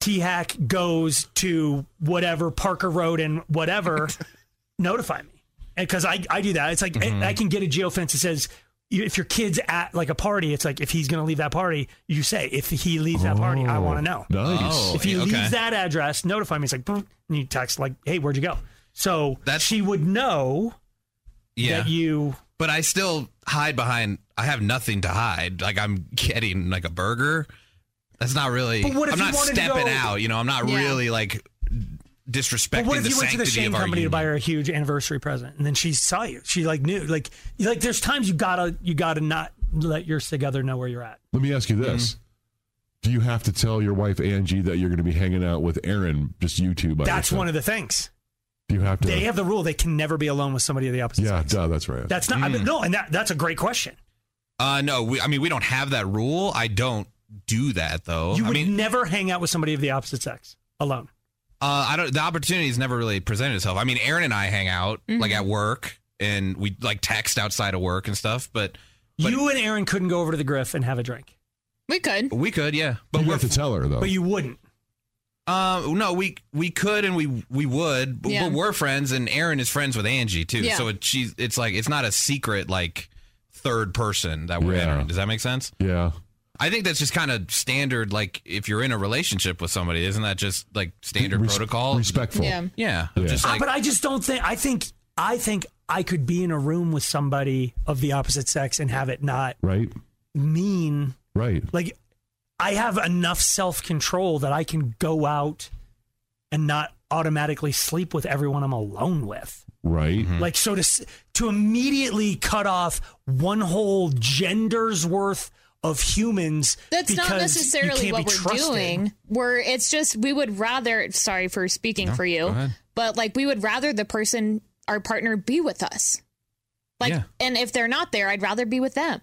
T Hack goes to whatever Parker Road and (laughs) whatever, notify me. Because I, I do that. It's like I- Mm-hmm. I, can get a geofence that says, you- if your kid's at like a party, it's like if he's going to leave that party, you say, if he leaves that party, I want to know. nice. Oh, if he yeah, okay. leaves that address, notify me. It's like, boom, and you text, like, hey, where'd you go? So she would know Yeah. that you. But I still hide behind. I have nothing to hide. Like I'm getting like a burger. That's not really. But what if I'm you not wanted to stepping go- out. You know, I'm not Yeah. really like disrespecting But what if the you went sanctity to the Shane of our company to union. buy her a huge anniversary present, and then she saw you? She like knew, like, you- like there's times you gotta, you gotta not let your sig other know where you're at. Let me ask you this: Mm-hmm. Do you have to tell your wife Angie that you're going to be hanging out with Aaron, just you two? By That's one of the things. Do you have to? They have the rule they can never be alone with somebody of the opposite. yeah, duh, that's right. That's not. I Hmm. mean, no, and that that's a great question. Uh, no, we, I mean we don't have that rule. I don't do that though. You I would mean, never hang out with somebody of the opposite sex alone. Uh, I don't. The opportunity's never really presented itself. I mean, Aaron and I hang out like at work, and we like text outside of work and stuff. But you and Aaron couldn't go over to the Griff and have a drink, We could. we could, yeah. But you have to tell her though. but you wouldn't. Uh, no, we we could and we we would, but, Yeah. but we're friends, and Aaron is friends with Angie too. Yeah. So it, she's it's like it's not a secret like third person that we're entering. Does that make sense? Yeah. I think that's just kind of standard. Like if you're in a relationship with somebody, isn't that just like standard Res- protocol? respectful. Yeah. Yeah. Just Ah, like but I just don't think. I think. I think I could be in a room with somebody of the opposite sex and have it not right, mean. right. Like, I have enough self control that I can go out and not automatically sleep with everyone I'm alone with. Right. Mm-hmm. Like, so to s- to immediately cut off one whole gender's worth of humans. That's not because you necessarily can't what be we're trusted. doing. We're it's just we would rather sorry for speaking No, for go you, ahead. but like we would rather the person our partner be with us. Like Yeah. and if they're not there, I'd rather be with them.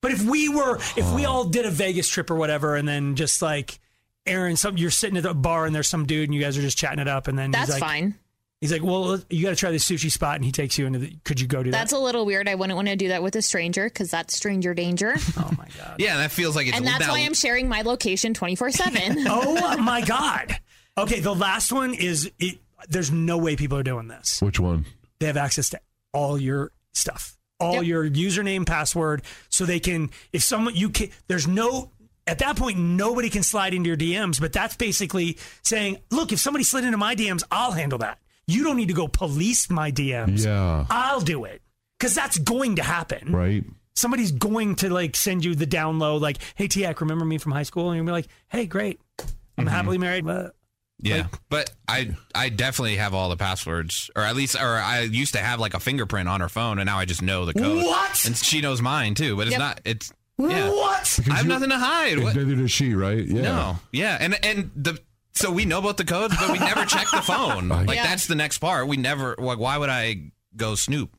But if we were, if Oh. we all did a Vegas trip or whatever, and then just like Aaron, some you're sitting at a bar and there's some dude and you guys are just chatting it up, and then That's he's like, fine. He's like, well, you got to try this sushi spot, and he takes you into. the Could you go do That's a that? little weird. I wouldn't want to do that with a stranger because that's stranger (laughs) danger. Oh yeah, that feels like it's and that's now- why I'm sharing my location 24 7. (laughs) oh (laughs) my god! Okay, the last one is it. There's no way people are doing this. Which one? They have access to all your stuff, all your username, password, so they can. If someone you can, there's no. At that point, nobody can slide into your DMs. But that's basically saying, look, if somebody slid into my DMs, I'll handle that. You don't need to go police my DMs. Yeah. I'll do it because that's going to happen. Right. Somebodone's going to like send you the down low, like, hey, Tiak, remember me from high school? And you'll be like, hey, great. I'm Mm-hmm. Mhm. happily married. Uh, Yeah, but I I definitely have all the passwords, or at least, or I used to have like a fingerprint on her phone, and now I just know the code. What? And she knows mine too, but it's Yep. not. It's yeah. What? I have nothing to hide. What? Neither does she, right? Yeah. No. Yeah, and and the so we know about the codes, but we never check the (laughs) phone. Like Yeah. that's the next part. We never. Like, why would I go snoop?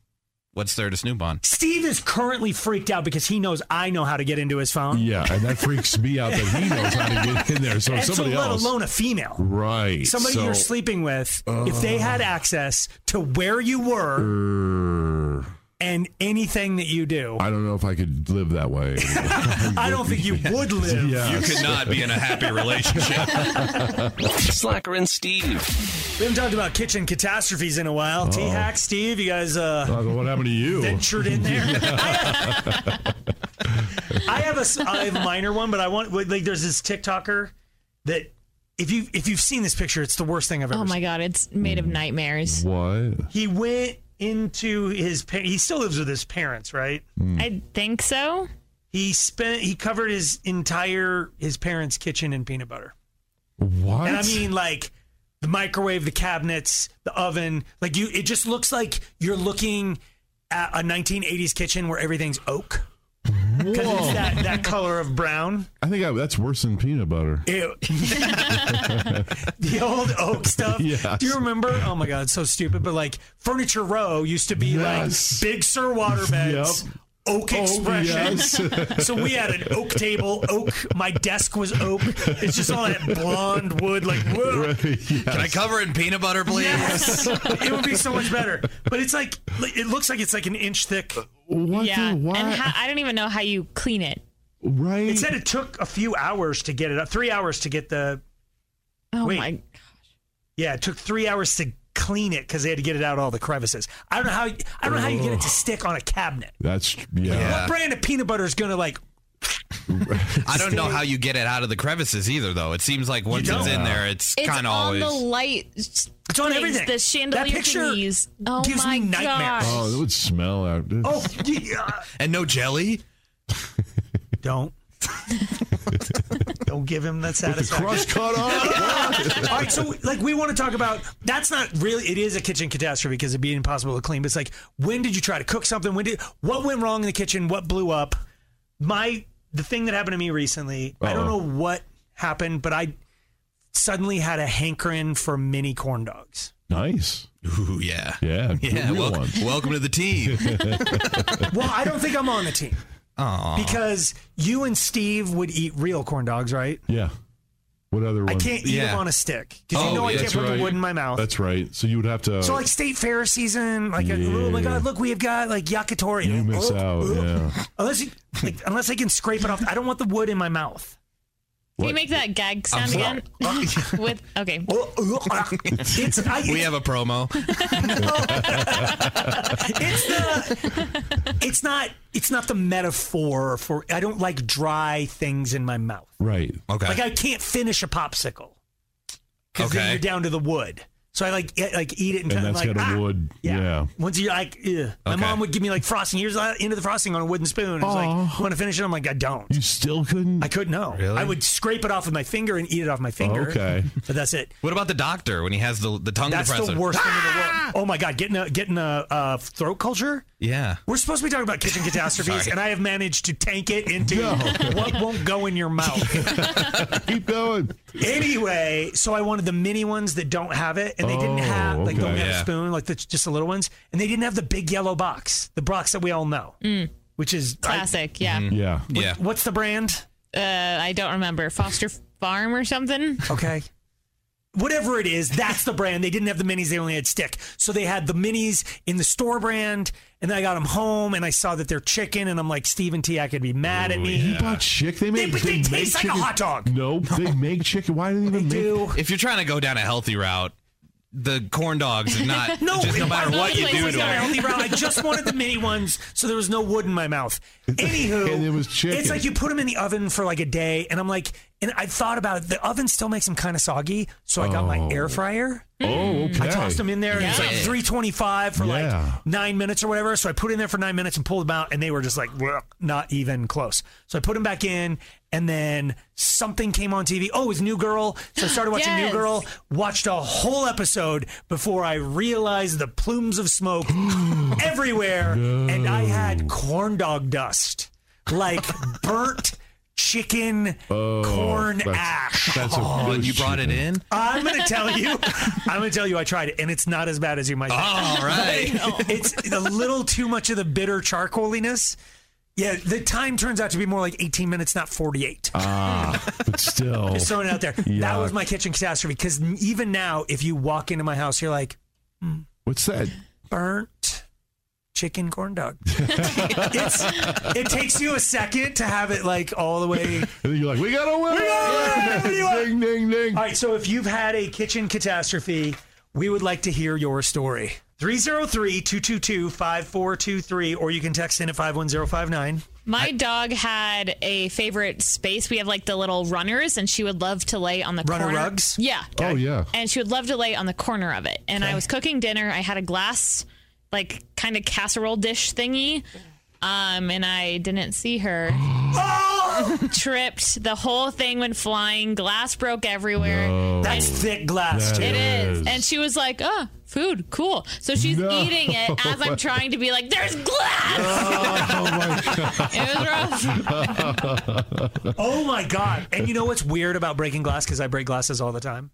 What's there to snoop on? Steve is currently freaked out because he knows I know how to get into his phone. Yeah, and that freaks me out that he knows how to get in there. So if and somebody so let else, alone a female. right? Somebody so, uh, you're sleeping with, if they had access to where you were Err, (laughs) and anything that you do, er. I don't know if I could live that way. (laughs) I don't think you would live. Yeah. You could not be in a happy relationship. (laughs) Slacker and Steve. We haven't talked about kitchen catastrophes in a while. Oh. Uh-oh. T Hack, Steve, you guys uh, Uh, what happened to you? (laughs) ventured in there. (laughs) I have a s- I have a minor one, but I want like there's this TikToker that if you if you've seen this picture, it's the worst thing I've ever. Oh my god, it's made of nightmares. What? He went into his pa- he still lives with his parents, right? I think so. He spent he covered his entire his parents' kitchen in peanut butter. What? And I mean like the microwave, the cabinets, the oven. Like you it just looks like you're looking at a 1980s kitchen where everything's oak. Cuz it's that that color of brown. I think I, that's worse than peanut butter. Ew. (laughs) the old oak stuff. Yes. Do you remember? Oh my god, it's so stupid. But like Furniture Row used to be Yes. like Big Sur waterbeds. Yep. Oak Oh, expressions. yes. (laughs) so we had an oak table, oak. My desk was oak. It's just all that blonde (laughs) wood. Like, whoa. Can I cover it in peanut butter, please? Yes. it would be so much better. But it's like it looks like it's like an inch thick. What yeah, and how, I don't even know how you clean it. Right. It said it took a few hours to get it up. Three hours to get the. Oh Wait. my gosh. Yeah, it took three hours to clean it because they had to get it out all the crevices. I don't know how. I don't know how you get it to stick on a cabinet. That's yeah. What brand of peanut butter is gonna like? I (laughs) don't know how you get it out of the crevices either, though. It seems like once it's don't. in there, it's It's kind on of always. the light. It's on everything. The That chandelier picture thingies. Oh gives my me nightmares. gosh. Oh, it would smell out. Oh, yeah. and no jelly. don't. (laughs) don't give him that With the satisfaction. crust cut (laughs) All off. right, so like we want to talk about that's not really it is a kitchen catastrophe because it'd be impossible to clean. But it's like when did you try to cook something? When did what went wrong in the kitchen? What blew up? My the thing that happened to me recently. I don't know Uh-oh. what happened, but I suddenly had a hankering for mini (laughs) corn dogs. nice. Ooh, yeah. Yeah. good Yeah. real Welcome, ones. welcome to the (laughs) team. Well, I don't think I'm on the team Aw. because you and Steve would eat real corn dogs, right? Yeah. What other one? I can't eat Yeah. them on a stick because Oh, you know I yeah, can't that's put right. the wood in my mouth. That's right. So you would have to. So like state fair season, like a little, like Oh. Yeah. oh, look, we have got like yakitori. you miss Oh, out. oh. Yeah. Unless you, like, unless I can scrape it off. I don't want the wood in (laughs) my mouth. Can What? you make that gag I'm Oh, sound again? (laughs) With okay. Oh, oh, ah. (laughs) it's, I, We have a promo. it's the it's not it's not the metaphor for I don't like dry things in my mouth. Right. Okay. Like I can't finish a popsicle because Okay. then you're down to the wood. So I like e- like eat it and, And that's like got a ah. wood. Yeah. Once you're like, Ugh. my Okay. mom would give me like frosting. Here's the end of the frosting on a wooden spoon. It's like, want to finish it? I'm like, I don't. You still couldn't. I couldn't know. Really? I would scrape it off with my finger and eat it off my (laughs) finger. Okay. But that's it. What about the doctor when he has the the tongue That's depressor? Ah! the worst thing in the world. Oh my god, getting a getting a uh, throat culture. Yeah. We're supposed to be talking (laughs) about kitchen catastrophes, Sorry. and I have managed to tank it into No. what won't go in your (laughs) mouth. Keep going. anyway, so I wanted the mini ones that don't have it, and they didn't Oh, have like don't okay. have a Yeah. spoon, like the, just the little ones, and they didn't have the big yellow box, the box that we all know, which is I- Mm. Classic, yeah. Mm. Yeah. Yeah. What's the brand? Uh, I don't remember. Foster Farm or something. Okay. Whatever it is, that's the brand. They didn't have the minis, they only had stick. So they had the minis in the store brand, and then I got them home, and I saw that they're chicken, and I'm like, Steve and T, I could be mad at me. You Oh, bought chick. They make. but they make taste like a chicken- hot dog. No, (laughs) they make chicken. Why do they even make? Do. If you're trying to go down a healthy route, the corn dogs are not. (laughs) No, just no it matter wasn't what you the do place to I them. only brought- I just wanted the mini ones, (laughs) so there was no wood in my mouth. Anywho, And it was chicken. It's like you put them in the oven for like a day, and I'm like, And I thought about it. The oven still makes them kind of soggy, so I got my air fryer. Oh, I okay. tossed them in there. and It's like Yeah. 325 for Yeah. like nine minutes or whatever. So I put in there for nine minutes and pulled them out, and they were just like "Bleh," not even close. So I put them back in, and then something came on TV. Oh, it was New Girl. So I started watching Yes. New Girl. Watched a whole episode before I realized the plumes of (gasps) smoke everywhere, and I had corn dog dust, (laughs) like burnt chicken corn Oh, that's- ash. that's a Oh, and you bullshit. brought it in? I'm gonna tell (laughs) you. I'm gonna tell you. I tried it, and it's not as bad as you might. think. (laughs) All right. Like, it's a little too much of the bitter charcoaliness. Yeah, the time turns out to be more like 18 minutes, not 48. Ah, but still. Just throwing it (laughs) out there. That was Yuck. my kitchen catastrophe. Because even now, if you walk into my house, you're like, "Hmm, What's that? burnt chicken corn (laughs) dog. it's, it takes you a second to have it like all (laughs) the way. And then you're like, we got a winner! (laughs) ding, ding, ding. All right, so if you've had a kitchen catastrophe, we would like to hear your story. 303 222 5423, or you can text in at 51059. My dog had a favorite space. We have like the little runners, and she would love to lay on the Runner corner. rugs? Yeah. Oh, yeah. And she would love to lay on the corner of it. And I was cooking dinner. I had a glass, like kind of casserole dish thingy, um, and I didn't see her. Tripped. The whole thing went flying. Glass broke everywhere. That's thick glass, too. It is. And she was like, oh, food, cool. So she's eating it as I'm trying to be like, there's glass. (laughs) oh my god! And you know what's weird about breaking glass? Because I break glasses all the time.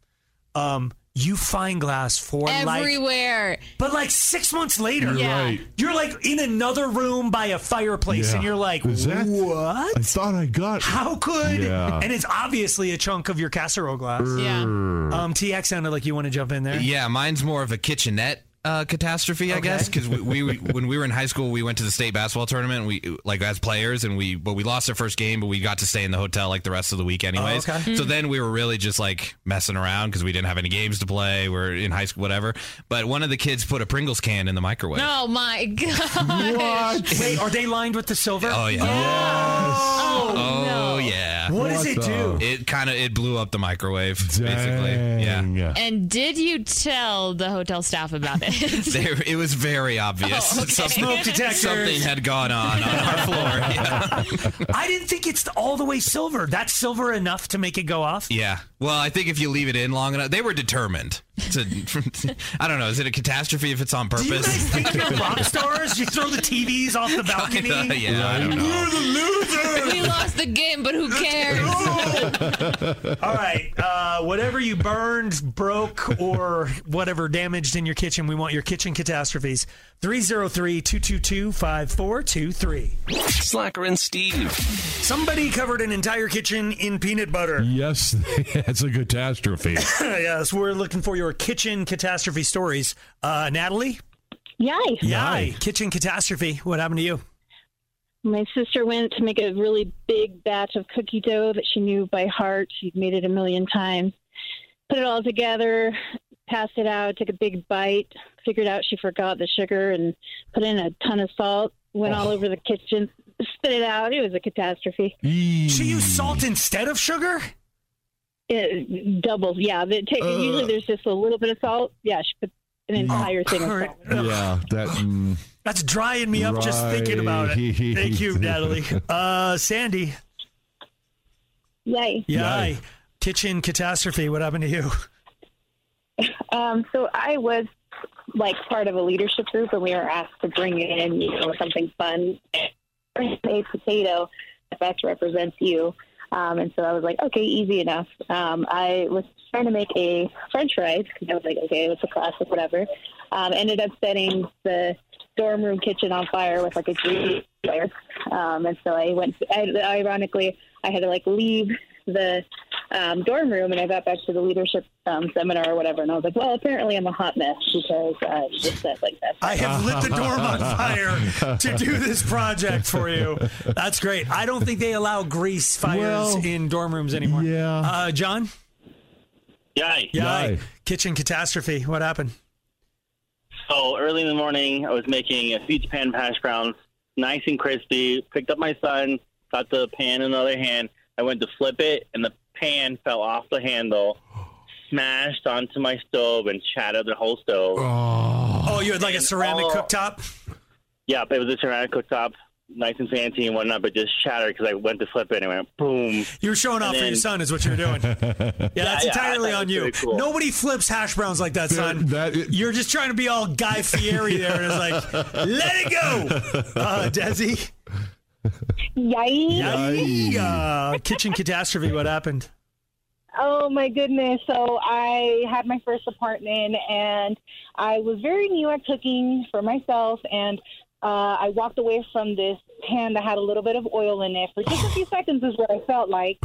Um, you find glass for like, everywhere. but like six months later, You're Yeah. right. you're like in another room by a fireplace, and Yeah. you're like, Is that- what? I thought I got. How could? Yeah. And it's obviously a chunk of your casserole glass. Yeah. Um, TX sounded like you want to jump in there. Yeah, mine's more of a kitchenette uh, catastrophe, I Okay. guess, because we, we we- when we were in high school, we went to the state basketball tournament. We like as players, and we but we lost our first game, but we got to stay in the hotel like the rest of the week, anyways. Oh, okay. So Mm. then we were really just like messing around because we didn't have any games to play. We are in high school, whatever. But one of the kids put a Pringles can in the microwave. (laughs) Oh my god. Wait, are they lined with the silver? Oh yeah. Oh, Oh no. yeah. What does it do? It kind of it blew up the microwave basically. (laughs) Yeah. And did you tell the hotel staff about it? There, it was very obvious. Oh, okay. something, Smoke detectors. something had gone on (laughs) on (laughs) our floor. Yeah. I didn't think it's all the way silver. That's silver enough to make it go off. Yeah. Well, I think if you leave it in long enough, they were determined. To, (laughs) I don't know. Is it a catastrophe if it's on purpose? Do you guys (laughs) think you're rock stars? You throw the TVs off the balcony? Kinda, yeah, I don't know. we lost the game, but who cares? All right. Uh, whatever you burned, broke, or whatever damaged in your kitchen, we want your kitchen catastrophes. 303 222 5423. Slacker and Steve. Somebody covered an entire kitchen in peanut butter. Yes, that's a catastrophe. (laughs) yes, we're looking for your kitchen catastrophe stories. Uh, Natalie? Yay. Yay. Kitchen catastrophe. What happened to you? My sister went to make a really big batch of cookie dough that she knew by heart. She'd made it a million times. Put it all together, passed it out, took a big bite, figured out she forgot the sugar and put in a ton of salt, went Oh. all over the kitchen, (laughs) spit it out. It was a catastrophe. She used salt instead of sugar? It doubles, yeah. It takes, usually there's just a little bit of salt. Yeah, she put an entire thing of Current- salt. yeah, that. mm, That's drying me up just thinking about it. Thank (laughs) you, Right. Natalie. Uh, Sandy. Yay. Yay. Kitchen catastrophe. What happened to you? Um, so I was like part of a leadership group, and we were asked to bring in, you know, something fun, a potato that best represents you. Um, and so I was like, okay, easy enough. Um, I was trying to make a French fries because I was like, okay, it's a classic, whatever. Um, ended up setting the dorm room kitchen on fire with like a grease fire. Um, and so I went. I, ironically, I had to like leave the um, dorm room, and I got back to the leadership um, seminar or whatever, and I was like, "Well, apparently I'm a hot mess because I just said like that." I have lit the (laughs) dorm on fire to do this project for you. That's great. I don't think they allow grease fires Well, in dorm rooms anymore. yeah. Uh, John? Yay. Yay. Kitchen catastrophe. What happened? (laughs) So early in the morning, I was making a huge pan of hash browns, nice and crispy. Picked up my son, got the pan in the other hand. I went to flip it, and the pan fell off the handle, smashed onto my stove, and shattered the whole stove. Oh, you had like a ceramic cooktop? Yep, it was a ceramic cooktop, nice and fancy and whatnot, but just shattered because I went to flip it and it went boom. You were showing And off for your then- son, is what (laughs) you're doing. Yeah, that's yeah, I entirely thought on it was you. pretty cool. Nobody flips hash browns like that, son. you're just trying to be all Guy Fieri there, and it's (laughs) like, let it go, uh, Desi. Yikes. Yay. Uh, kitchen catastrophe. What happened? Oh my goodness. So I had my first apartment and I was very new at cooking for myself and uh, I walked away from this pan that had a little bit of oil in it for just a few seconds is what I felt like.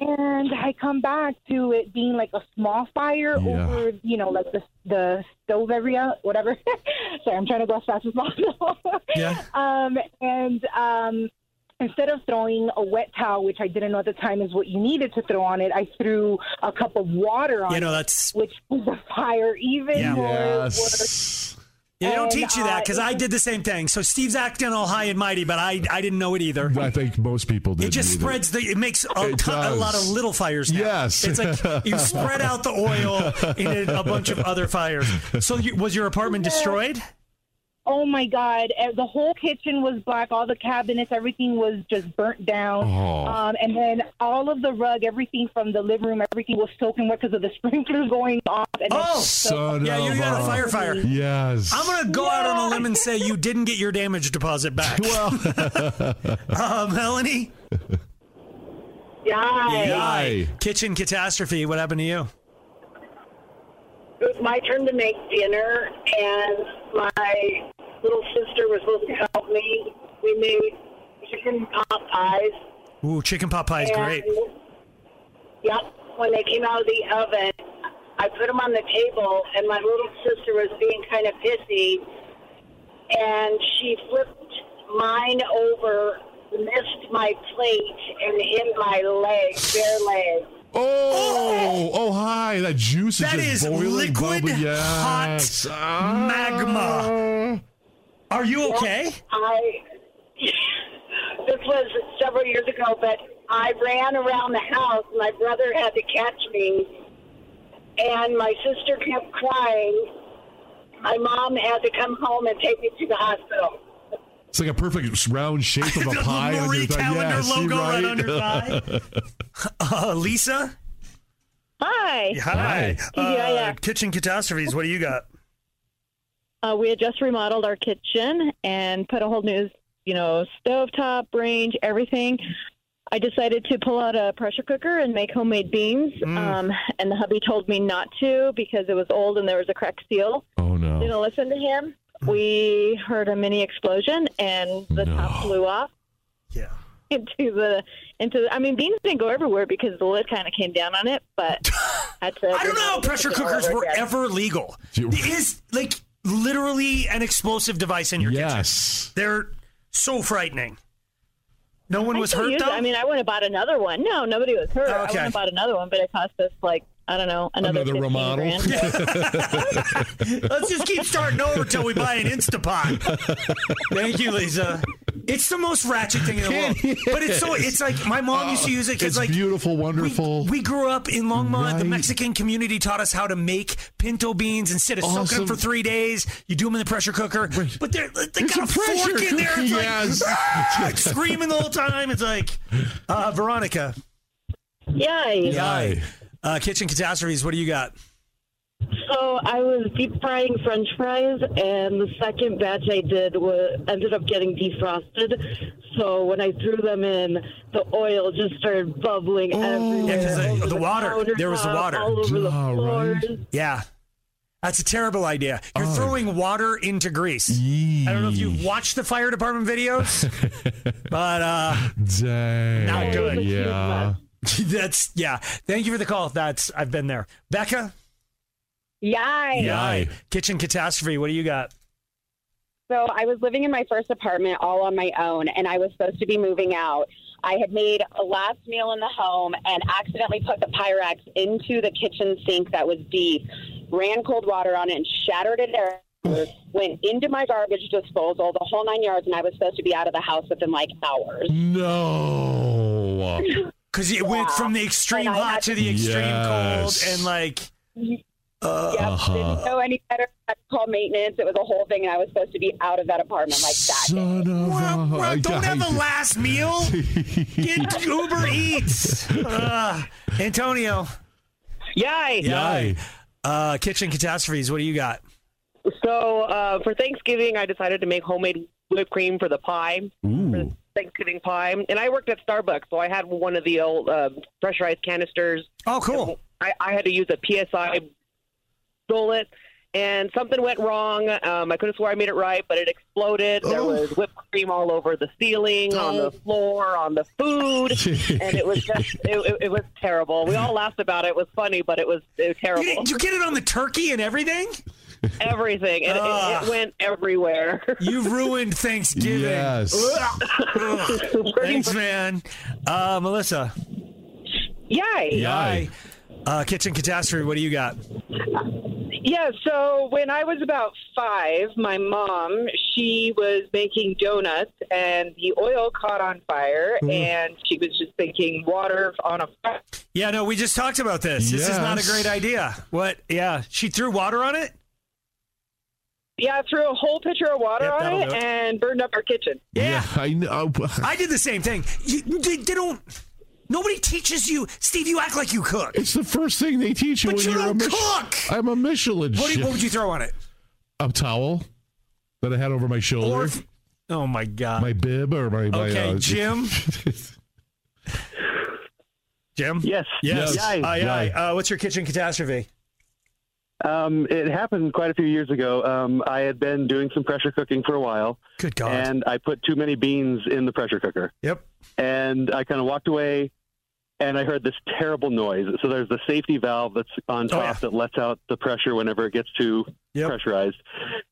And I come back to it being like a small fire Yeah. over, you know, like the, the stove area, whatever. (laughs) Sorry, I'm trying to go as fast as possible. Yeah. Um, and um, instead of throwing a wet towel, which I didn't know at the time is what you needed to throw on it, I threw a cup of water on You know, it, that's- which was the fire even Yeah. more Yes. worse. Yeah, they And, don't teach you that uh, because I did the same thing. So Steve's acting all high and mighty, but I, I didn't know it either. I think most people did. It just spreads the. It makes a, It ton, a lot of does. little fires. Now. Yes. it's (laughs) like you spread out the oil in a, a bunch of other fires. So you, was your apartment destroyed? Oh my God. Uh, The whole kitchen was black. All the cabinets, everything was just burnt down. Oh. Um, and then all of the rug, everything from the living room, everything was soaking wet because of the (laughs) sprinkler going off. And Oh, Son yeah, you of got a fire fire. Yes. I'm gonna go out on a limb and say you didn't get your damage (laughs) deposit back. Well, (laughs) um, Melanie, Yay. kitchen catastrophe. What happened to you? It was my turn to make dinner, and my little sister was supposed to help me. We made chicken pot pies. Ooh, chicken pot pie is and- great. Yep. When they came out of the oven, I put them on the table, and my little sister was being kind of pissy, and she flipped mine over, missed my plate, and hit my leg, bare leg. Oh, oh, hi! That juice That is just is boiling, liquid bubbling. Yes. hot Ah. magma. Are you okay? I. this was several years ago, but I ran around the house. My brother had to catch me, and my sister kept crying. My mom had to come home and take me to the hospital. It's like a perfect round shape (laughs) of a pie. on Marie your thigh. Calendar Yes, logo you're right on your thigh. Uh, Lisa. Hi. Hi. Uh, Yeah, yeah. Kitchen catastrophes. What do you got? Uh, we had just remodeled our kitchen and put a whole new, you know, stovetop, range, everything. I decided to pull out a pressure cooker and make homemade beans. Mm. Um, and the hubby told me not to because it was old and there was a cracked seal. Oh, no. Didn't listen to him. We heard a mini explosion and the top flew off. Yeah. (laughs) Into the into the, I mean beans didn't go everywhere because the lid kind of came down on it, (laughs) but I I don't know how pressure cookers were ever legal. It is like literally an explosive device in your kitchen. They're so frightening. No one I was still hurt use it. though. I mean, I went and bought another one. No, nobody was hurt. I went Okay. and bought another one, but it cost us like I don't know another, (laughs) Another 15 remodel. grand. (laughs) (laughs) Let's just keep starting over till we buy an Instapot. (laughs) Thank you, Lisa. It's the most ratchet thing in the world, but it's so it's like my mom used to use it It's because like beautiful, wonderful. We grew up in Longmont. The Right. Mexican community taught us how to make pinto beans instead of soaking Awesome. them for three days. You do them in the pressure cooker, but they're, they It's got a, a pressure fork in there. It's like, cooker, yes. (laughs) (laughs) "Ah!" It's screaming the whole time. It's like uh, Veronica. Yay! Yay! Uh, kitchen catastrophes. What do you got? So I was deep frying French fries, and the second batch I did was, ended up getting defrosted. So when I threw them in, the oil just started bubbling Oh. everywhere. Yeah, 'cause the- over the water. There was the countertop, water. all over the Ah, Duh, floors. Yeah. That's a terrible idea. You're Oh. throwing water into grease. I don't know if you've watched the fire department (laughs) videos, but uh, Dang. not good. Yeah. (laughs) That's yeah. Thank you for the call. That's I've been there. Becca, Yay. Yay. kitchen catastrophe. What do you (laughs) got? So I was living in my first apartment all on my own, and I was supposed to be moving out. I had made a last meal in the home and accidentally put the Pyrex into the kitchen sink that was deep, ran cold water on it, and shattered it. everywhere, Went into my garbage disposal, the (laughs) whole nine yards, and I was supposed to be out of the house within like hours. No. because it went from the extreme And I hot had- to the extreme Yes. cold, and uh, like, Uh-huh. Didn't know any better. I called maintenance. It was a whole thing, and I was supposed to be out of that apartment like that. Son of a- well, don't have a last meal. (laughs) Get Uber Eats. Ugh. Uh, Antonio. Yay. Yay. Uh, kitchen catastrophes. What do you got? So uh, for Thanksgiving, I decided to make homemade whipped cream for the pie, for the Thanksgiving pie. And I worked at Starbucks, so I had one of the old uh, pressurized canisters. Oh, cool! I, I had to use a PSI bullet, and something went wrong. Um, I could have swore I made it right, but it exploded. There Oh. was whipped cream all over the ceiling, on the floor, on the (laughs) food, and it was just it, it, it was terrible. We all laughed about it. It was funny, but it was, it was terrible. You, did you get it on the turkey and everything? Everything. It, it, Ugh. it went everywhere. (laughs) You've ruined Thanksgiving. Yes. Ugh. Thanks, man. Uh, Melissa. Yay. Yay. Uh, kitchen catastrophe. What do you got? Yeah, so when I was about five, my mom, she was making donuts and the oil caught on fire Mhm. and she was just thinking water on a fire. Yeah, no, we just talked about this. This is not a Yes. great idea. What? Yeah, she threw water on it. Yeah, threw a whole pitcher of water Yep, on that'll it do it. and burned up our kitchen. Yeah, (laughs) I know. I did the same thing. You, they, they don't. Nobody teaches you, Steve. You act like you cook. It's the first thing they teach you But when you are a don't Mich- cook! I'm a Michelin. What, do you, chef. what would you throw on it? A towel that I had over my shoulder. oh my god. My bib or my. my Okay, uh, Jim. Jim. Yes. Yes. Yes. Aye, aye. Yay. Uh, what's your kitchen catastrophe? Um, it happened quite a few years ago. Um, I had been doing some pressure cooking for a while. Good God. And I put too many beans in the pressure cooker. Yep. And I kind of walked away and I heard this terrible noise. So there's the safety valve that's Oh, on top that lets out the pressure whenever it gets too pressurized.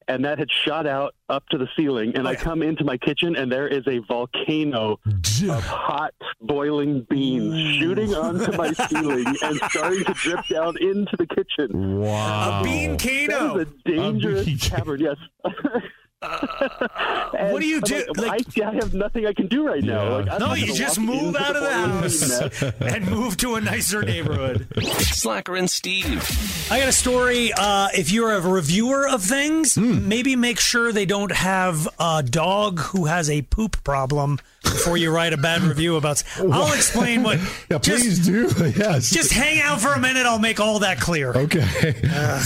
And that had shot out up to the ceiling. Oh, And I come into my kitchen and there is a volcano of hot boiling beans shooting onto my ceiling (laughs) and starting to drip down into the kitchen. Wow. A bean cano. That is a dangerous cavern, yes. Uh, (laughs) what do you do? I, I have nothing I can do right now. Like, I'm Uh, no, not you gonna just walk move into out of the boiling house bean (laughs) (laughs) mess. and move to a nicer neighborhood. Slacker and Steve. I got a story. Uh, if you're a reviewer of things, maybe make sure they don't have a dog who has a poop problem before you write a bad review (laughs) about. I'll explain (laughs) what. Yeah, please do. (laughs) Yes. Just hang out for a minute. I'll make all that clear. (laughs) Okay.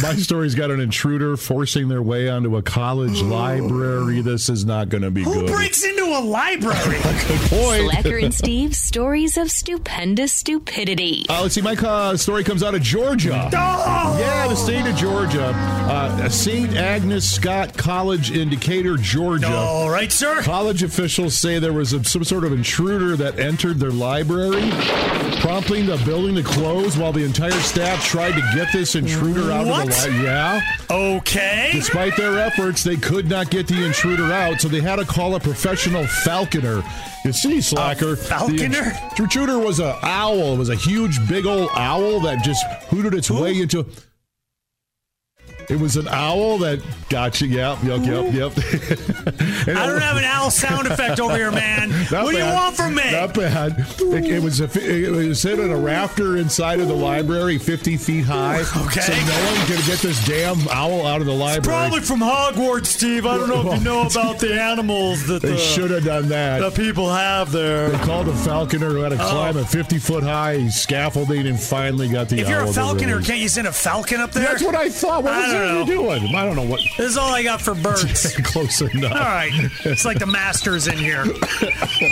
My story's got an intruder forcing their way onto a college library. This is not going to be Who good. breaks into a library? (laughs) Good point. Slacker and Steve, stories of stupendous stupidity. Uh, let's see. My uh, story comes out of Georgia. Yeah, the state of Georgia. Uh, St. Agnes Scott College in Decatur, Georgia. All right, sir. College officials say there was a, some sort of intruder that entered their library, prompting the building to close while the entire staff tried to get this intruder out What? of the library. Yeah. Okay. Despite their efforts, they could not get the intruder out, so they had to call a professional falconer. You see, slacker. falconer? The intruder was a owl. It was a huge, big old owl that just hooted its way into. It was an owl that got you. Yep, yep, yep, yep. (laughs) And I it- don't have an owl sound effect over here, (laughs) man. (laughs) Not what do you bad. want from me? Not bad. It, it was a, it was hit on a rafter inside of the library, fifty feet high. Okay. So no one could get this damn owl out of the library. Probably from Hogwarts, Steve. I don't know if you know about the animals that They the, should have done that. the people have there. Oh. They called a falconer who had to climb a 50 foot high scaffolding and finally got the If you're owl a to falconer, release. can't you send a falcon up there? That's what I thought. What I was don't there know. you doing? I don't know what. This is all (laughs) I got for (laughs) birds. Close enough. All right. It's like the master's in here.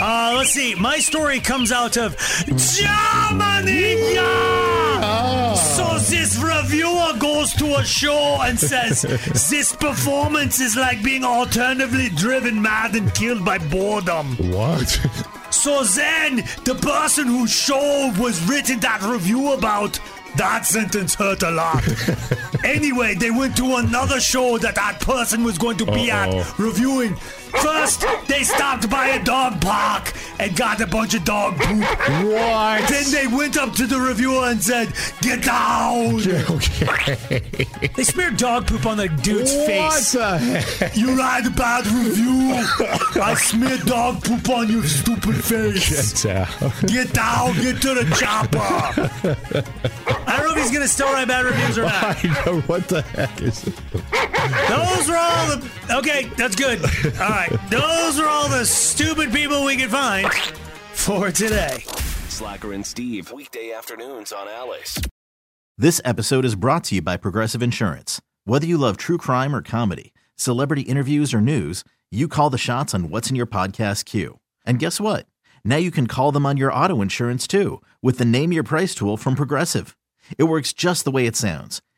Uh, let's see. My story comes out of Germany. So this reviewer goes to a show and says, This performance is like being alternatively driven mad and killed by boredom. What? So then, the person whose show was written that review about, that sentence hurt a lot. anyway, they went to another show that that person was going to be Uh-oh. at reviewing. First, they stopped by a dog park and got a bunch of dog poop. What? Then they went up to the reviewer and said, (laughs) "Get down." Okay. They smeared dog poop on the dude's What face. the You lied about review. I smeared dog poop on your stupid face. Get down. Get to the chopper. I don't know if he's gonna still write bad reviews or not. (laughs) I know, what the heck is it? Those were all the. Okay, that's good. All right. Those are all the stupid people we could find for today. Slacker and Steve, weekday afternoons on Alice. This episode is brought to you by Progressive Insurance. Whether you love true crime or comedy, celebrity interviews or news, you call the shots on what's in your podcast queue. And guess what? Now you can call them on your auto insurance too with the Name Your Price tool from Progressive. It works just the way it sounds.